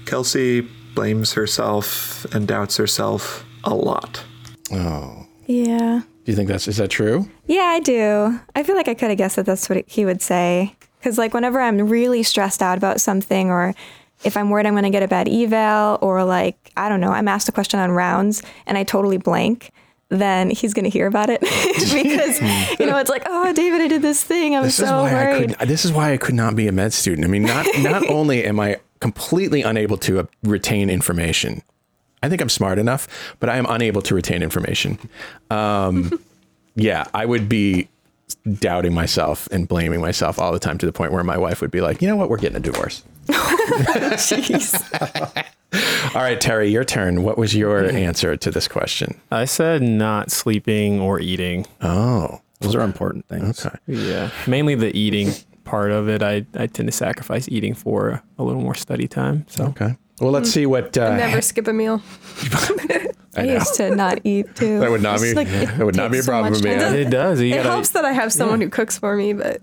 L: Kelsey blames herself and doubts herself a lot.
A: Oh,
K: Yeah.
A: do you think that's is that true?
K: Yeah, I do. I feel like I could have guessed that that's what he would say. Because, like, whenever I'm really stressed out about something, or if I'm worried I'm going to get a bad eval, or like, I don't know, I'm asked a question on rounds and I totally blank, then he's going to hear about it. because, you know, it's like, oh, David, I did this thing. I'm
A: This
K: so
A: is why I
K: worried.
A: could. This is why I could not be a med student. I mean, not not only am I completely unable to uh, retain information, I think I'm smart enough, but I am unable to retain information. Um, yeah, I would be doubting myself and blaming myself all the time to the point where my wife would be like, "You know what? We're getting a divorce." all right, Terry, your turn. What was your answer to this question?
J: I said not sleeping or eating.
A: Oh,
G: Those are important things.
A: okay.
J: Yeah, mainly the eating part of it. I, I tend to sacrifice eating for a little more study time. So
A: Okay. Well, let's see what. Uh,
I: Never skip a meal.
K: I, used to not eat too.
A: That would not
K: It's
A: be-
K: it
A: that would not be a
K: takes so
A: problem
K: much
A: for me.
K: time.
J: it does. You
I: It
J: gotta,
I: helps that I have someone who cooks for me, but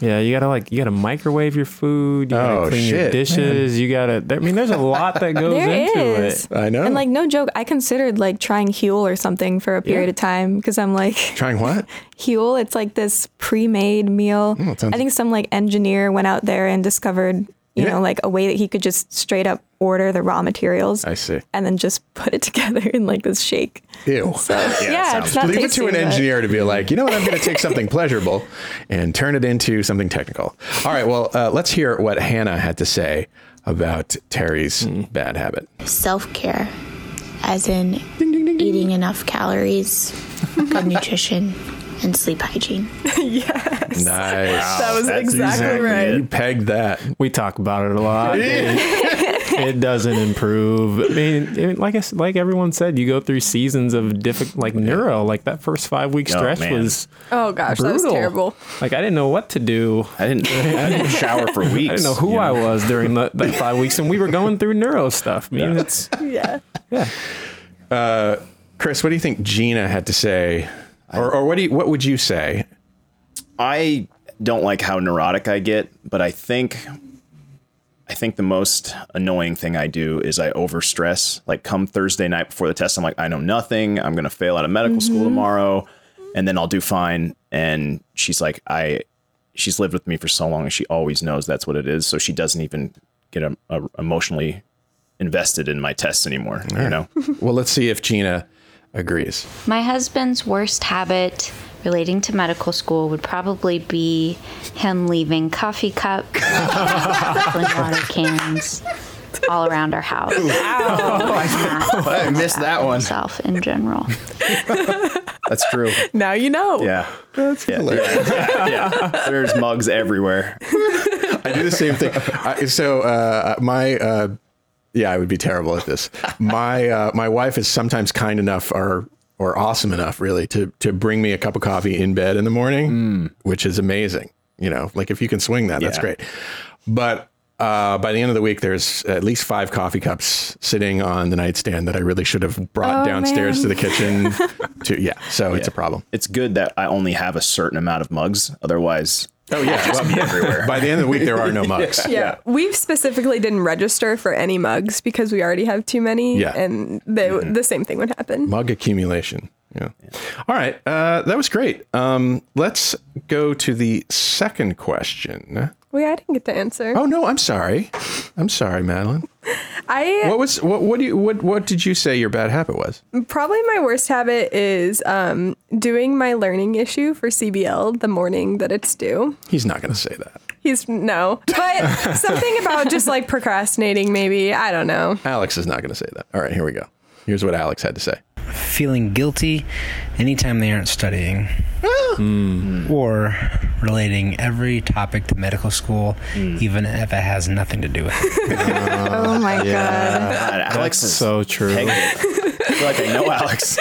J: Yeah, you gotta like you gotta microwave your food. You gotta
A: Oh,
J: clean
A: shit,
J: your dishes. You gotta. I mean, there's a lot that goes
K: There
J: into
K: is.
J: it.
A: I know.
K: And like no joke, I considered like trying Huel or something for a period of time because I'm like
A: trying what?
K: Huel, it's like this pre-made meal.
A: it Mm, sounds-
K: I think some like engineer went out there and discovered, you
A: Yeah.
K: know, like a way that he could just straight up order the raw materials
A: I see.
K: and then just put it together in like this shake.
A: Ew.
K: So yeah, it's not
A: Leave it
K: tasty,
A: to an
K: but-
A: engineer to be like, you know what, I'm going to take something pleasurable and turn it into something technical. All right, well, uh, let's hear what Hannah had to say about Terry's bad habit.
M: self care, as in eating enough calories, good nutrition, and sleep hygiene.
A: Nice.
I: that was exactly, right.
A: You pegged that.
J: We talk about it a lot. it, it doesn't improve. I mean, it- like I s like everyone said, you go through seasons of difficult, like neuro. Like that first five week
G: Oh,
J: stretch
G: man.
J: was
I: Oh gosh,
J: brutal.
I: that was terrible.
J: Like I didn't know what to do.
G: I didn't. I didn't shower for weeks.
J: I didn't know who I was during the, the five weeks, and we were going through neuro stuff. I mean, it's
I: Yeah.
A: Uh, Chris, what do you think Gina had to say? Or, or what do you, what would you say?
G: I don't like how neurotic I get, but I think I think the most annoying thing I do is I overstress. Like come Thursday night before the test, I'm like, I know nothing. I'm gonna fail out of medical school tomorrow, and then I'll do fine. And she's like, I she's lived with me for so long and she always knows that's what it is. So she doesn't even get um uh, emotionally invested in my tests anymore. You know?
A: Well, let's see if Gina agrees.
N: My husband's worst habit relating to medical school would probably be him leaving coffee cups, sparkling water cans all around our house.
G: Oh, I missed that one.
N: Himself in general.
G: That's true.
I: Now you know.
G: Yeah. Oh. That's yeah. hilarious. Yeah. yeah. There's mugs everywhere.
A: I do the same thing. I, so uh, my uh, yeah, I would be terrible at this. My uh, my wife is sometimes kind enough or or awesome enough really to to bring me a cup of coffee in bed in the morning, mm. which is amazing. You know, like if you can swing that, yeah. that's great. But uh, by the end of the week, there's at least five coffee cups sitting on the nightstand that I really should have brought oh, downstairs man. to the kitchen. to yeah, so yeah. it's a problem.
G: It's good that I only have a certain amount of mugs. Otherwise,
A: Oh yeah, well, be everywhere. By the end of the week, there are no mugs.
I: Yeah. yeah. we specifically didn't register for any mugs because we already have too many. Yeah. and they, mm-hmm. the same thing would happen.
A: Mug accumulation. Yeah. yeah. All right, uh, that was great. Um, let's go to the second question.
I: Wait, I didn't get the answer.
A: Oh no, I'm sorry. I'm sorry, Madeline.
I: I
A: what was what what do you what what did you say your bad habit was?
I: Probably my worst habit is um, doing my learning issue for CBL the morning that it's due.
A: He's not going to say that.
I: He's no, but something about just like procrastinating. Maybe I don't know.
A: Alex is not going to say that. All right, here we go. Here's what Alex had to say.
O: Feeling guilty anytime they aren't studying. Mm. Or relating every topic to medical school, mm. even if it has nothing to do with it.
K: Uh, Hmm. oh my yeah.
G: God. God. Alex
J: That's is so true.
G: like I know Alex.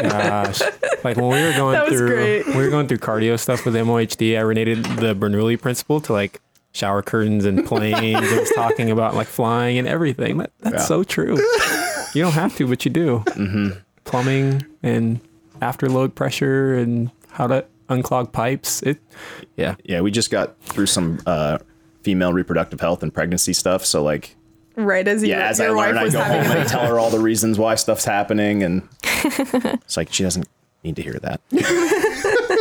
J: Gosh. Like when we were going through great. we were going through cardio stuff with MOHD, I related the Bernoulli principle to like shower curtains and planes and was talking about like flying and everything. That, that's yeah. so true. You don't have to, but you do. Mm-hmm. Plumbing and afterload pressure and how to unclog pipes. It, yeah,
G: yeah. We just got through some uh, female reproductive health and pregnancy stuff. So like,
I: right as you,
G: yeah, as I learn, I go home and I tell her all the reasons why stuff's happening, and it's like she doesn't need to hear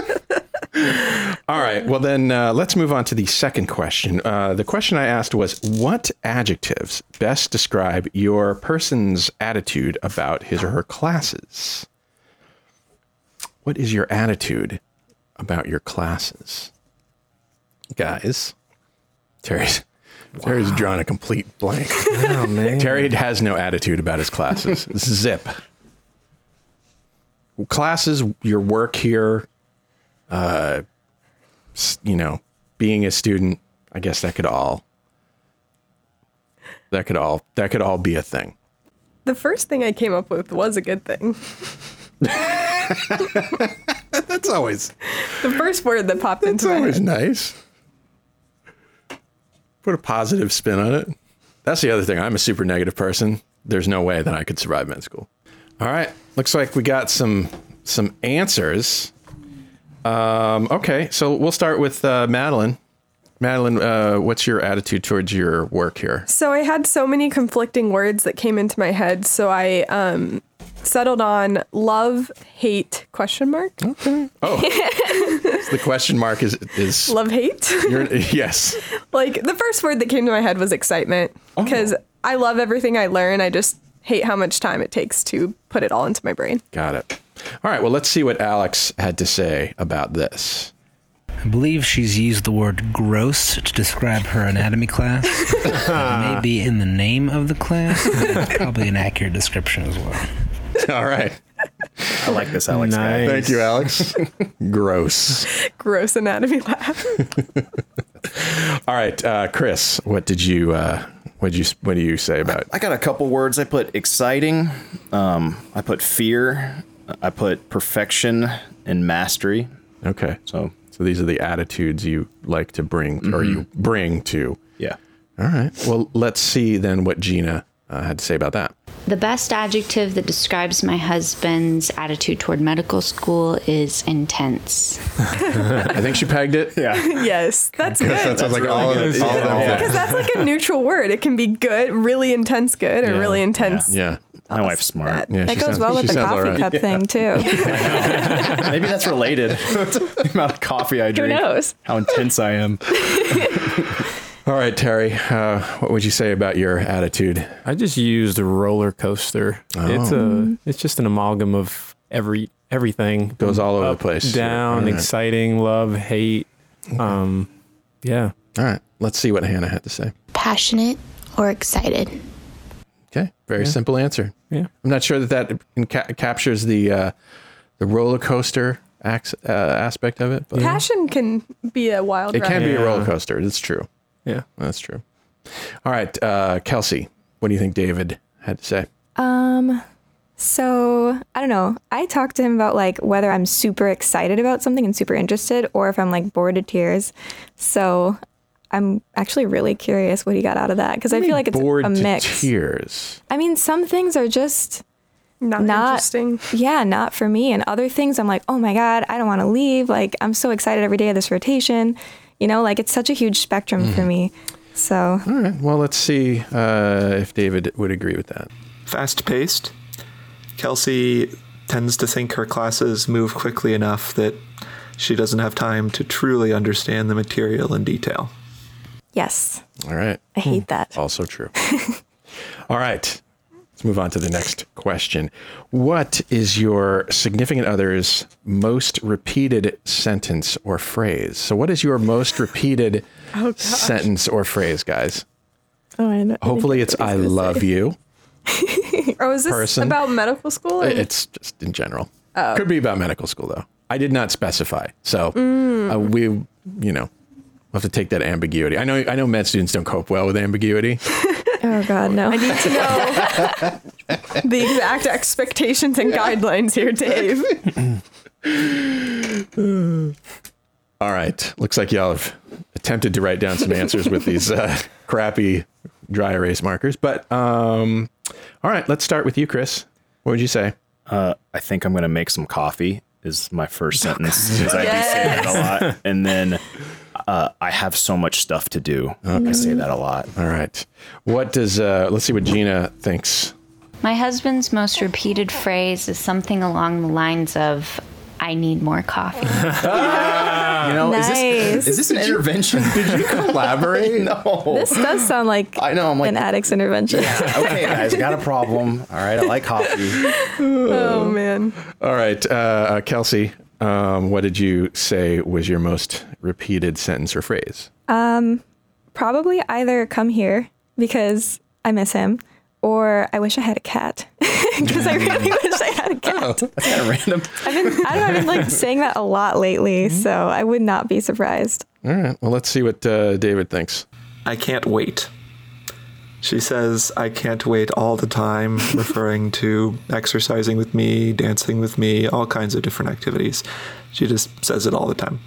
A: that. all right. Well, then uh, let's move on to the second question. Uh, the question I asked was, "What adjectives best describe your person's attitude about his or her classes?" What is your attitude about your classes, guys. Terry's wow. Terry's drawn a complete blank. oh, Terry has no attitude about his classes. Zip. Classes, your work here, uh, you know, being a student. I guess that could all. That could all. That could all be a thing.
I: The first thing I came up with was a good thing.
A: That's always
I: the first word that popped
A: That's
I: into my
A: always
I: head.
A: nice. Put a positive spin on it. That's the other thing. I'm a super negative person. There's no way that I could survive med school. All right. Looks like we got some some answers. Um, okay, so we'll start with uh, Madeline. Madeline, uh, what's your attitude towards your work here?
I: So I had so many conflicting words that came into my head. So I um, settled on love hate question mark
A: okay oh so the question mark is is
I: love hate
A: yes
I: like the first word that came to my head was excitement because oh. i love everything i learn i just hate how much time it takes to put it all into my brain
A: got it all right well let's see what alex had to say about this
O: I believe she's used the word gross to describe her anatomy class. Maybe in the name of the class, probably an accurate description as well.
A: All right.
G: I like this, Alex. Nice.
A: Thank you, Alex. Gross.
I: Gross anatomy lab.
A: All right, uh, Chris. What did you? Uh, what did you? What do you say about? It?
G: I got a couple words. I put exciting. Um, I put fear. I put perfection and mastery.
A: Okay.
G: So.
A: So these are the attitudes you like to bring, mm-hmm. or you bring to.
G: Yeah.
A: All right. Well, let's see then what Gina uh, had to say about that.
N: The best adjective that describes my husband's attitude toward medical school is intense.
A: I think she pegged it.
G: Yeah.
I: yes, that's good.
A: That sounds that's like really all, good. Of, all yeah.
I: of it. Because that's like a neutral word. It can be good, really intense good, or yeah. really intense.
A: Yeah.
G: yeah. My wife's smart.
K: That, yeah, that goes sounds, well with the coffee right. cup thing too.
G: Maybe that's related. the amount of coffee I drink.
I: Who knows?
G: How intense I am.
A: All right, Terry, uh, what would you say about your attitude?
J: I just used a roller coaster. Oh. It's a it's just an amalgam of every everything
A: goes all over Up, the place.
J: Down, right. exciting, love, hate. Okay. Um, yeah.
A: All right, let's see what Hannah had to say.
M: Passionate or excited?
A: Okay, very yeah. simple answer.
J: Yeah,
A: I'm not sure that that ca- captures the. Uh, the roller coaster ax, uh, aspect of it.
I: Passion can be a wild.
A: it
I: ride.
A: can be a roller coaster. It's true.
J: Yeah,
A: that's true. All right, uh, Kelsey, what do you think David had to say?
K: Um, so I don't know. I talked to him about like whether I'm super excited about something and super interested, or if I'm like bored to tears. So I'm actually really curious what he got out of that because I feel like it's
A: bored
K: a mix.
A: to tears.
K: I mean, some things are just
I: not, interesting.
K: Yeah, not for me. And other things, I'm like, oh my god, I don't want to leave. Like, I'm so excited every day of this rotation. You know, like it's such a huge spectrum for
G: Mm-hmm.
A: Mhm.
K: me. So
A: All right. Well, let's see uh, if David would agree with that.
L: Fast paced. Kelsey tends to think her classes move quickly enough that she doesn't have time to truly understand the material in detail.
K: yes,
A: All right.
K: I hate that.
A: Also true. All right. Let's move on to the next question. What is your significant other's most repeated sentence or phrase? So, what is your most repeated
I: Oh, gosh.
A: sentence or phrase, guys?
I: Oh, I know.
A: Hopefully, it's I love you.
I: oh, is this
A: person.
I: about medical school? or-
A: It's just in general.
I: Oh.
A: Could be about medical school, though. I did not specify. So,
I: Mm.
A: uh, we, you know, we'll have to take that ambiguity. I know, I know med students don't cope well with ambiguity.
K: Oh God, no.
I: I need to know the exact expectations and guidelines here, Dave.
A: All right. Looks like y'all have attempted to write down some answers with these uh, crappy dry erase markers. But um, all right, let's start with you, Chris. What would you say?
G: Uh, I think I'm going to make some coffee is my first
K: Oh,
G: sentence because I do say that a lot. And then uh, I have so much stuff to do. I say that a lot.
A: All right. What does, uh, let's see what Gina thinks.
N: My husband's most repeated phrase is something along the lines of, I need more coffee.
G: you know,
K: Nice.
G: is this is this an intervention?
A: Did you collaborate?
G: no.
K: This does sound like
G: I know. I'm like
K: an addict's intervention.
G: okay, guys, got a problem. All right, I like coffee.
I: oh
K: Um,
I: man.
A: All right, uh, uh, Kelsey, um, what did you say was your most repeated sentence or phrase?
K: Um, probably either come here because I miss him, or I wish I had a cat because I really wish I had a cat.
G: that's kind of random.
K: I've been, I don't know, I've been like saying that a lot lately,
G: Mm-hmm.
K: so I would not be surprised.
A: All right. Well, let's see what uh, David thinks.
L: I can't wait. She says, I can't wait all the time, referring to exercising with me, dancing with me, all kinds of different activities. She just says it all the time.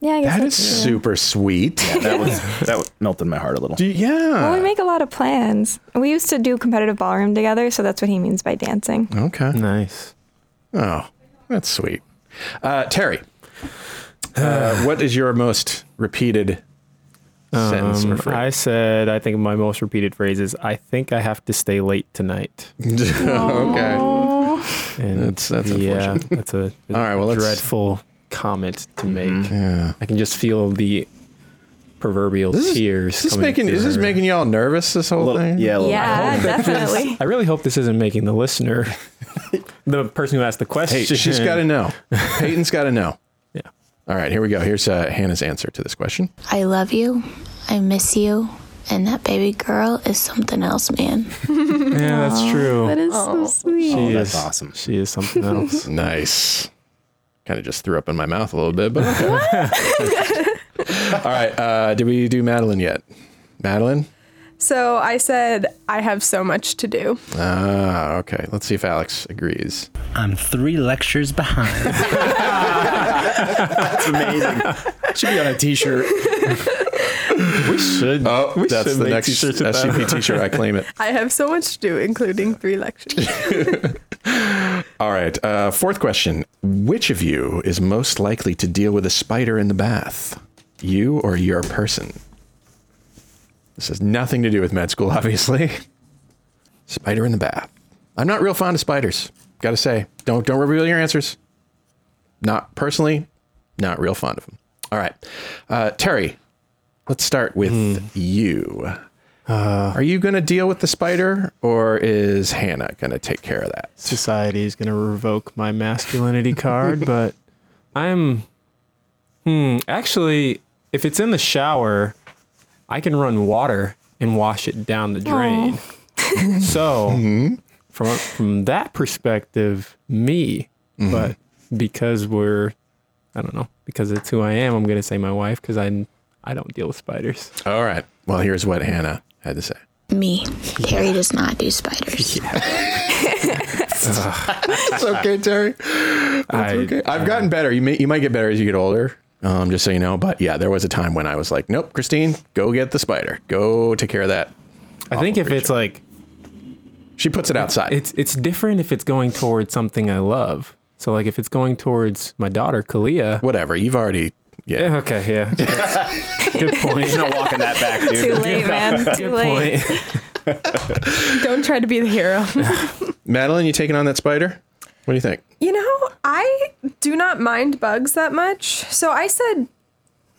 K: Yeah, I guess
A: That
K: that's
A: is super sweet.
G: Yeah, that was that was- melted my heart a little.
A: Do you-
K: Well, we
A: yeah.
K: make a lot of plans. We used to do competitive ballroom together, so that's what he means by dancing.
A: Okay.
J: Nice.
A: Oh, that's sweet. Uh, Terry, uh, what is your most repeated sentence or
J: Um,
A: phrase?
J: I said I think my most repeated phrase is I think I have to stay late tonight.
A: okay.
J: And
A: That's- that's
J: yeah,
A: unfortunate.
J: that's a
A: All right, well, let's- Mm-hmm.
J: dreadful comment to make.
A: Yeah.
J: I can just feel the proverbial
A: This is-
J: tears.
A: Is this
J: coming
A: making
J: through
A: is this
J: her.
A: making y'all nervous? This whole thing.
K: yeah, definitely.
J: I really hope this isn't making the listener, the person who asked the question.
A: Hey, she's got to know. Peyton's got to know. Yeah. All right, here we go. Here's uh, Hannah's answer to this question.
M: I love you. I miss you. And that baby girl is something else, man. Oh.
J: Yeah, that's true.
K: That is so sweet.
A: Oh,
J: She
G: that's
J: is
G: awesome.
J: She is something else.
A: Nice. Kind of just threw up in my mouth a little bit, but okay. All right. Uh, did we do Madeline yet? Madeline.
I: So I said I have so much to do.
A: Ah, okay. Let's see if Alex agrees.
O: I'm three lectures behind.
G: That's amazing. Should be on a T-shirt.
J: we should.
A: Oh,
J: we
A: that's
J: should
A: the
J: make
A: next
J: t-shirts about it.
A: SCP T-shirt. I claim it.
I: I have so much to do, including three lectures.
A: All right. Uh, fourth question: Which of you is most likely to deal with a spider in the bath? You or your person? This has nothing to do with med school, obviously. Spider in the bath. I'm not real fond of spiders. Got to say, don't don't reveal your answers. Not personally, not real fond of them. All right, uh, Terry. Let's start with you. Are you going to deal with the spider, or is Hannah going to take care of that?
J: Society is going to revoke my masculinity card, but I'm. Hmm. Actually, if it's in the shower, I can run water and wash it down the drain.
A: Mm-hmm. Mm-hmm.
J: so, from from that perspective, me. But because we're, I don't know, because it's who I am. I'm gonna say my wife because I I don't deal with spiders.
A: All right. Well, here's what Hannah had to say.
M: Me. Terry does not do spiders.
A: It's okay, Terry. It's okay. I've gotten better. You may, you might get better as you get older. Um, just so you know, but yeah, there was a time when I was like, "Nope, Christine, go get the spider. Go take care of that."
J: I think if it's like
A: she puts it outside.
J: It's it's different if it's going towards something I love. So like if it's going towards my daughter Kalia,
A: whatever. You've already yeah.
J: okay, yeah. That's- Good point.
G: There's no walking that back, dude.
I: Too late, man. Too
J: Good
I: late.
J: point.
I: Don't try to be the hero.
A: Madeline, you taking on that spider? What do you think?
I: You know, I do not mind bugs that much. So I said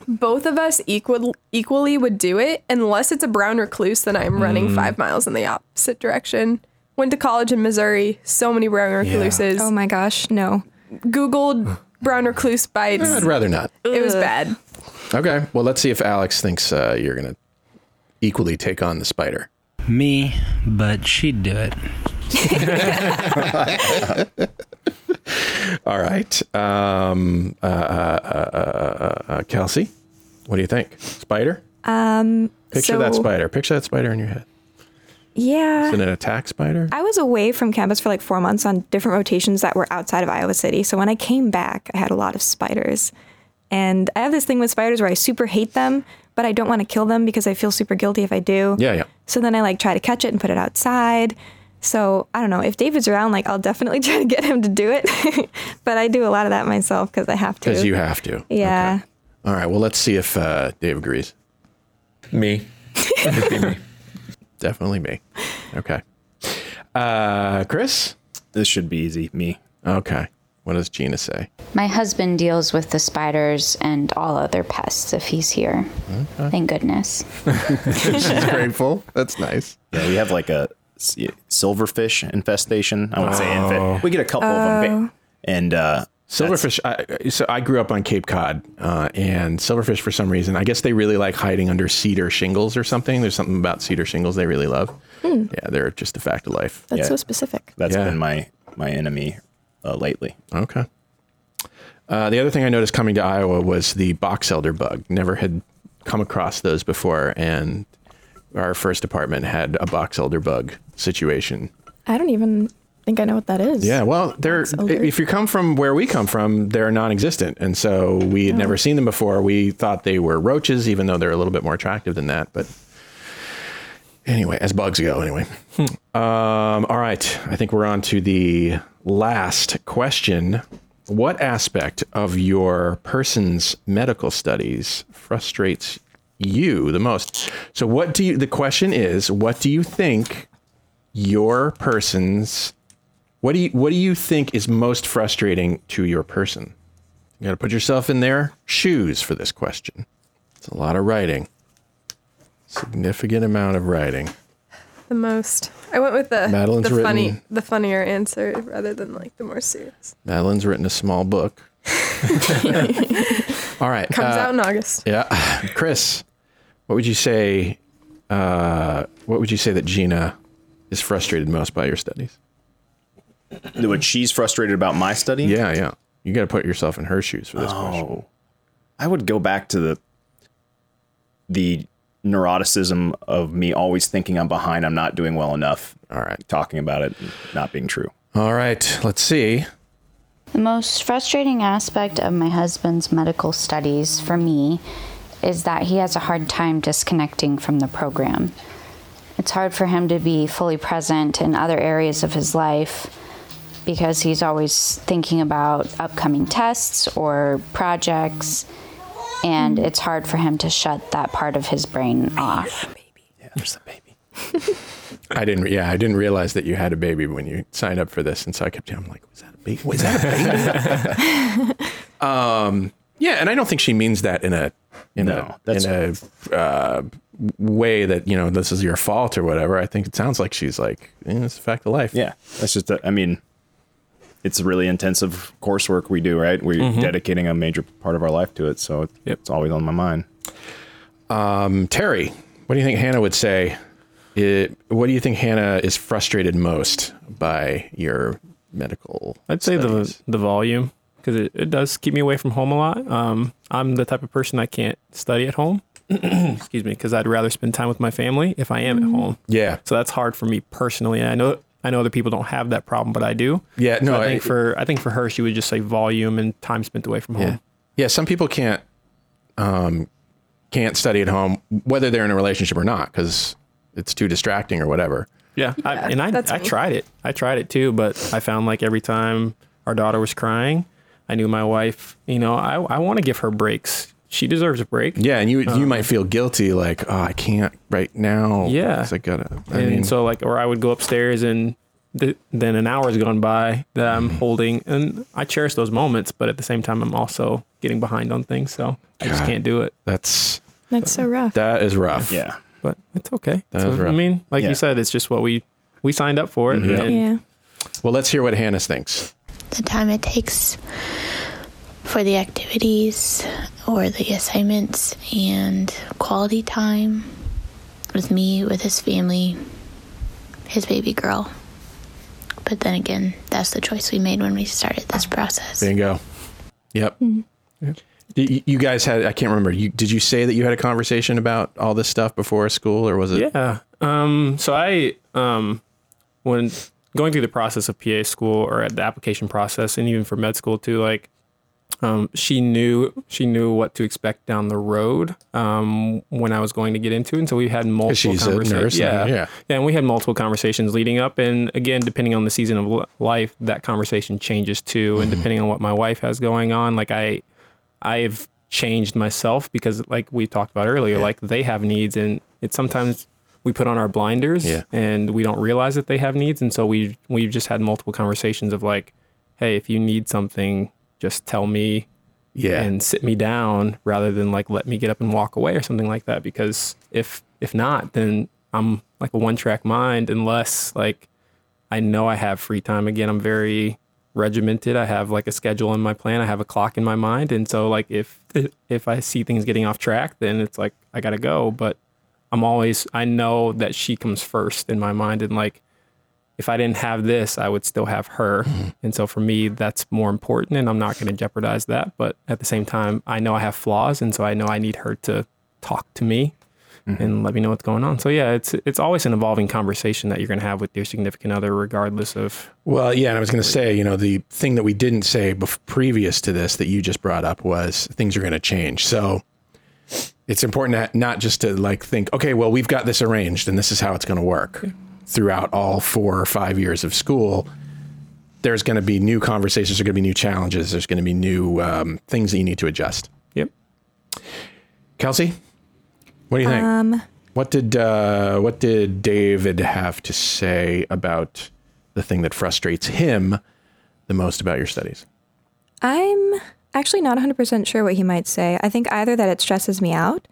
I: both of us equal, equally would do it unless it's a brown recluse, then I'm running
J: Mm.
I: five miles in the opposite direction. Went to college in Missouri, so many brown recluses.
K: Oh my gosh, no.
I: Googled brown recluse bites.
A: I'd rather not.
I: It was bad.
A: Okay. Well, let's see if Alex thinks uh, you're gonna equally take on the spider.
O: Me, but she'd do it.
A: All right. Um, uh, uh, uh, uh, uh, Kelsey, what do you think? Spider?
K: Um,
A: Picture
K: so,
A: that spider. Picture that spider in your head.
K: Yeah.
A: Is it an attack spider?
K: I was away from campus for like four months on different rotations that were outside of Iowa City. So when I came back, I had a lot of spiders. And I have this thing with spiders where I super hate them, but I don't want to kill them because I feel super guilty if I do.
A: Yeah, yeah.
K: So then I like try to catch it and put it outside. So I don't know. If David's around, like I'll definitely try to get him to do it. but I do a lot of that myself because I have to.
A: Because you have to.
K: Yeah.
A: All right. Well, let's see if uh, Dave agrees.
L: Me. It'd be me.
A: Definitely me. Okay. Uh, Chris?
G: This should be easy. Me.
A: Okay. What does Gina say?
N: My husband deals with the spiders and all other pests if he's here. Thank goodness.
A: She's grateful. That's nice.
G: Yeah, we have like a s- silverfish infestation. I won't say
A: Oh.
G: infant. We get a couple of them. And uh,
A: Silverfish. I, so I grew up on Cape Cod, uh, and silverfish, for some reason, I guess they really like hiding under cedar shingles or something. There's something about cedar shingles they really love.
K: Hmm.
A: Yeah, they're just a fact of life.
K: That's so specific.
G: That's
A: Yeah.
G: been my my enemy uh, lately.
A: Okay. Uh, the other thing I noticed coming to Iowa was the box elder bug. Never had come across those before, and our first apartment had a box elder bug situation.
K: I don't even think I know what that is.
A: Yeah, well, they're if you come from where we come from, they're non-existent, and so we had never seen them before. We thought they were roaches, even though they're a little bit more attractive than that. But anyway, as bugs go, anyway. Um, all right, I think we're on to the last question. What aspect of your person's medical studies frustrates you the most? So, what do you? The question is, what do you think your person's what do you what do you think is most frustrating to your person? You got to put yourself in their shoes for this question. It's a lot of writing. Significant amount of writing.
I: The most. I went with the
A: Madeline's
I: the funny
A: written-
I: the funnier answer rather than like the more serious.
A: Madeline's written a small book. All right.
I: Comes
A: uh,
I: out in August.
A: Yeah. Chris, what would you say uh, what would you say that Gina is frustrated most by your studies? Uh,
G: What she's frustrated about my study?
A: Yeah, yeah. You got to put yourself in her shoes for this question.
G: Oh. I would go back to the the neuroticism of me always thinking I'm behind, I'm not doing well enough.
A: All right.
G: Talking about it not being true.
A: All right, let's see.
N: The most frustrating aspect of my husband's medical studies for me is that he has a hard time disconnecting from the program. It's hard for him to be fully present in other areas of his life because he's always thinking about upcoming tests or projects, and it's hard for him to shut that part of his brain off.
A: I didn't. Yeah, I didn't realize that you had a baby when you signed up for this, and so I kept. I'm like, was that a baby? Was that a baby? um, yeah, and I don't think she means that in a in a in a uh, way that you know this is your fault or whatever. I think it sounds like she's like eh, it's a fact of life.
G: Yeah. That's just a, I mean it's really intensive coursework we do, right? We're
A: Mhm.
G: dedicating a major part of our life to it, so it- it's always on my mind.
A: Um, Terry, what do you think Hannah would say? It, what do you think Hannah is frustrated most by your medical?
J: I'd say the the volume. because it, it does keep me away from home a lot. Um, I'm the type of person I can't study at home. Excuse me, because I'd rather spend time with my family if I am at home.
A: Yeah.
J: So that's hard for me personally. And I know I know other people don't have that problem, but I do.
A: Yeah,
J: So
A: no,
J: I think
A: I-
J: for I think for her, she would just say volume and time spent away from home.
A: Yeah, some people can't um, can't study at home, whether they're in a relationship or not, because it's too distracting or whatever.
J: Yeah, I,
A: Yeah,
J: and I
A: that's
J: I
A: me.
J: tried it. I tried it too, but I found like every time our daughter was crying, I knew my wife. You know, I I want to give her breaks. She deserves a break.
A: Yeah, and you you
J: Um,
A: might feel guilty, like oh, I can't right now.
J: Yeah.
A: 'cause I gotta. I
J: and
A: mean,
J: so like, or I would go upstairs and th- then an hour's gone by that I'm
A: Mm-hmm.
J: holding, and I cherish those moments, but at the same time, I'm also getting behind on things, so I just
A: God.
J: can't do it.
A: that's
K: That's so rough.
A: that is rough.
G: Yeah,
J: but it's okay.
A: That
J: So,
A: is rough.
J: I mean, like
A: Yeah.
J: you said, it's just what we we signed up for it.
A: Yeah.
J: and-
A: Well, let's hear what Hannah thinks.
M: the time it takes for the activities or the assignments and quality time with me, with his family, his baby girl. But then again, that's the choice we made when we started this process.
A: Bingo. Yep. You, you guys had I can't remember. You did you say that you had a conversation about all this stuff before school, or was it?
J: Yeah. Um, so I, um, when going through the process of PA school or at the application process, and even for med school too, like, um, she knew she knew what to expect down the road um, when I was going to get into, it. and so we had multiple
A: she's a
J: conversa-
A: nurse
J: Yeah,
A: now, yeah.
J: and we had multiple conversations leading up, and again, depending on the season of li- life, that conversation changes too, and depending on what my wife has going on, like I, I've changed myself because, like we talked about earlier, like they have needs, and it's sometimes we put on our blinders
A: Yeah.
J: and we don't realize that they have needs, and so we we've just had multiple conversations of like, hey, if you need something, just tell me
A: Yeah.
J: and sit me down rather than like let me get up and walk away or something like that because if if not then i'm like a one track mind unless like i know i have free time again i'm very regimented i have like a schedule in my plan i have a clock in my mind and so like if if i see things getting off track then it's like i gotta go but i'm always i know that she comes first in my mind and like if I didn't have this, I would still have her. And so for me, that's more important and I'm not going to jeopardize that. But at the same time, I know I have flaws. And so I know I need her to talk to me and let me know what's going on. So yeah, it's, it's always an evolving conversation that you're going to have with your significant other, regardless of
A: Well, yeah, and I was going to say, you know, the thing that we didn't say bef- previous to this that you just brought up was things are going to change. So it's important to not just to like think, okay, well, we've got this arranged and this is how it's going to work. Throughout all four or five years of school, there's going to be new conversations, there's going to be new challenges, there's going to be new um, things that you need to adjust.
J: Yep.
A: Kelsey, what do you think?
K: Um,
A: What did uh, what did David have to say about the thing that frustrates him the most about your studies?
K: I'm actually not 100% sure what he might say. I think either that it stresses me out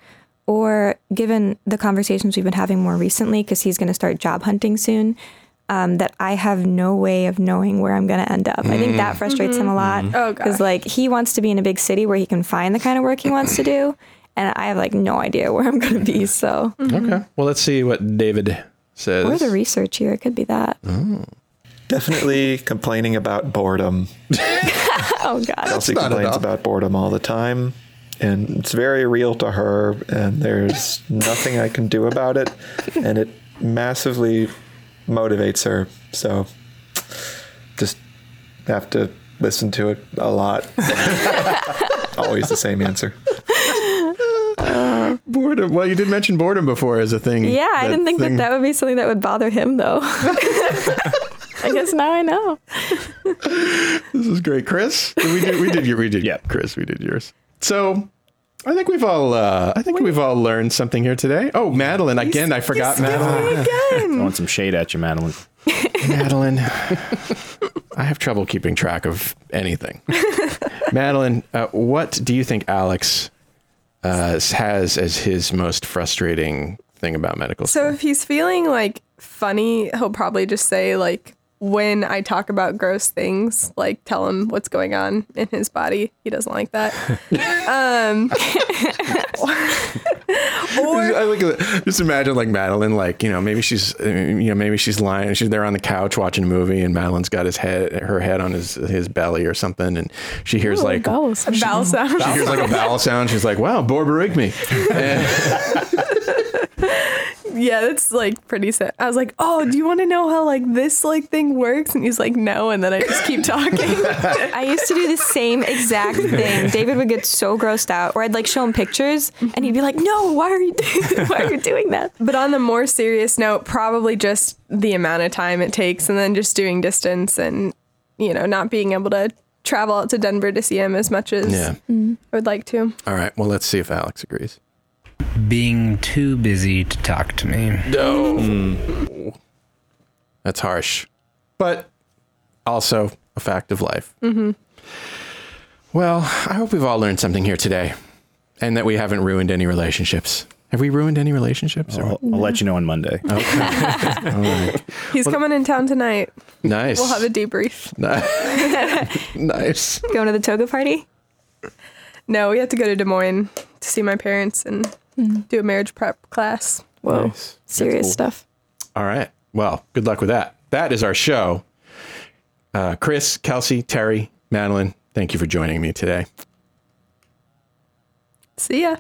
K: or given the conversations we've been having more recently, because he's going to start job hunting soon, um, that I have no way of knowing where I'm going to end up. I think that
I: Mm.
K: frustrates him a
I: Mhm.
A: Mm-hmm.
K: lot.
I: Oh,
K: Because, like, he wants to be in a big city where he can find the kind of work he wants to do. And I have, like, no idea where I'm going to be. So,
A: Okay. Well, let's see what David says.
K: or the research year. It could be that.
L: Definitely complaining about boredom.
K: oh, God.
L: Kelsey complains about boredom all the time, and it's very real to her. And there's nothing I can do about it, and it massively motivates her. So, just have to listen to it a lot. Always the same answer.
A: boredom. Well, you did mention boredom before as a thing.
K: Yeah, I didn't think
A: thing-
K: that that would be something that would bother him, though. I guess now I know.
A: This is great, Chris. We did. We did. your- We did. yeah, Chris. We did yours. So. I think we've all. Uh, I think we've all learned something here today. Oh, Madeline! Again, I forgot Madeline.
G: Throwing some shade at you, Madeline.
A: Madeline, I have trouble keeping track of anything. Madeline, uh, what do you think Alex uh, has as his most frustrating thing about medical
I: So if he's feeling like funny, he'll probably just say like when I talk about gross things, like tell him what's going on in his body. He doesn't like that. um,
A: I like it. just imagine like Madeline, like you know, maybe she's uh, you know, maybe she's lying. She's there on the couch watching a movie, and Madeline's got his head, her head on his his belly or something, and she hears like
I: bowels. Bowel sound.
A: she hears like a bowel sound. She's like, "Wow, borborygmy."
I: yeah, that's like pretty sad. I was like, oh, do you want to know how like this like thing works? And he's like, no. And then I just keep talking.
K: I used to do the same exact thing. David would get so grossed out, or I'd like show him pictures, and he'd be like, "No, why are you doing, why are you doing that?"
I: But on the more serious note, probably just the amount of time it takes, and then just doing distance, and you know, not being able to travel out to Denver to see him as much as
A: Yeah.
I: I would like to.
A: All right, well, let's see if Alex agrees.
O: Being too busy to talk to me.
A: No, that's harsh, but also a fact of life.
I: Mm-hmm.
A: Well, I hope we've all learned something here today and that we haven't ruined any relationships. Have we ruined any relationships? I'll,
G: I'll let you know on Monday.
A: Okay. all right.
I: He's coming in town tonight.
A: Nice.
I: We'll have a debrief.
A: nice.
K: Going to the toga party?
I: No, we have to go to Des Moines to see my parents and do a marriage prep class.
K: Whoa.
A: Nice.
K: Serious
A: That's cool.
K: stuff.
A: All right. Well, good luck with that. That is our show. Uh, Chris, Kelsey, Terry, Madeline, thank you for joining me today.
I: See ya.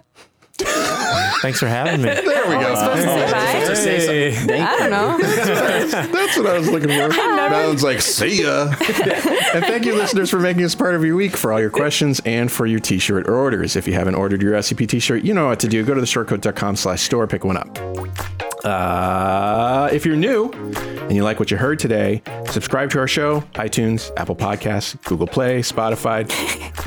J: Thanks for having me.
A: There we go.
K: I don't know.
A: That's what I was looking for. Madeline's like, see ya. and thank you, listeners, for making us part of your week, for all your questions, and for your t-shirt orders. If you haven't ordered your SCP t-shirt, you know what to do. Go to theshortcode.com slash store, pick one up. Uh, if you're new and you like what you heard today, subscribe to our show, iTunes, Apple Podcasts, Google Play, Spotify.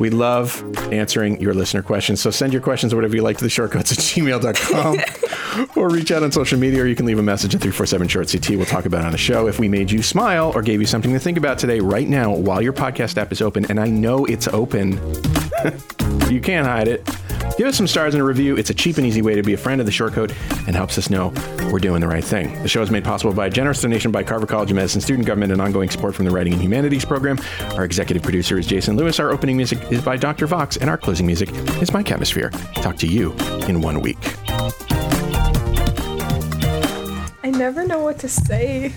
A: We love answering your listener questions. So send your questions or whatever you like to the shortcuts at gmail.com or reach out on social media or you can leave a message at 347 short CT. We'll talk about it on the show. If we made you smile or gave you something to think about today, right now, while your podcast app is open, and I know it's open. you can't hide it. Give us some stars and a review. It's a cheap and easy way to be a friend of the Shortcode and helps us know we're doing the right thing. The show is made possible by a generous donation by Carver College of Medicine student government and ongoing support from the Writing and Humanities program. Our executive producer is Jason Lewis. Our opening music is by Dr. Vox, and our closing music is My Chemisphere. Talk to you in one week.
I: I never know what to say.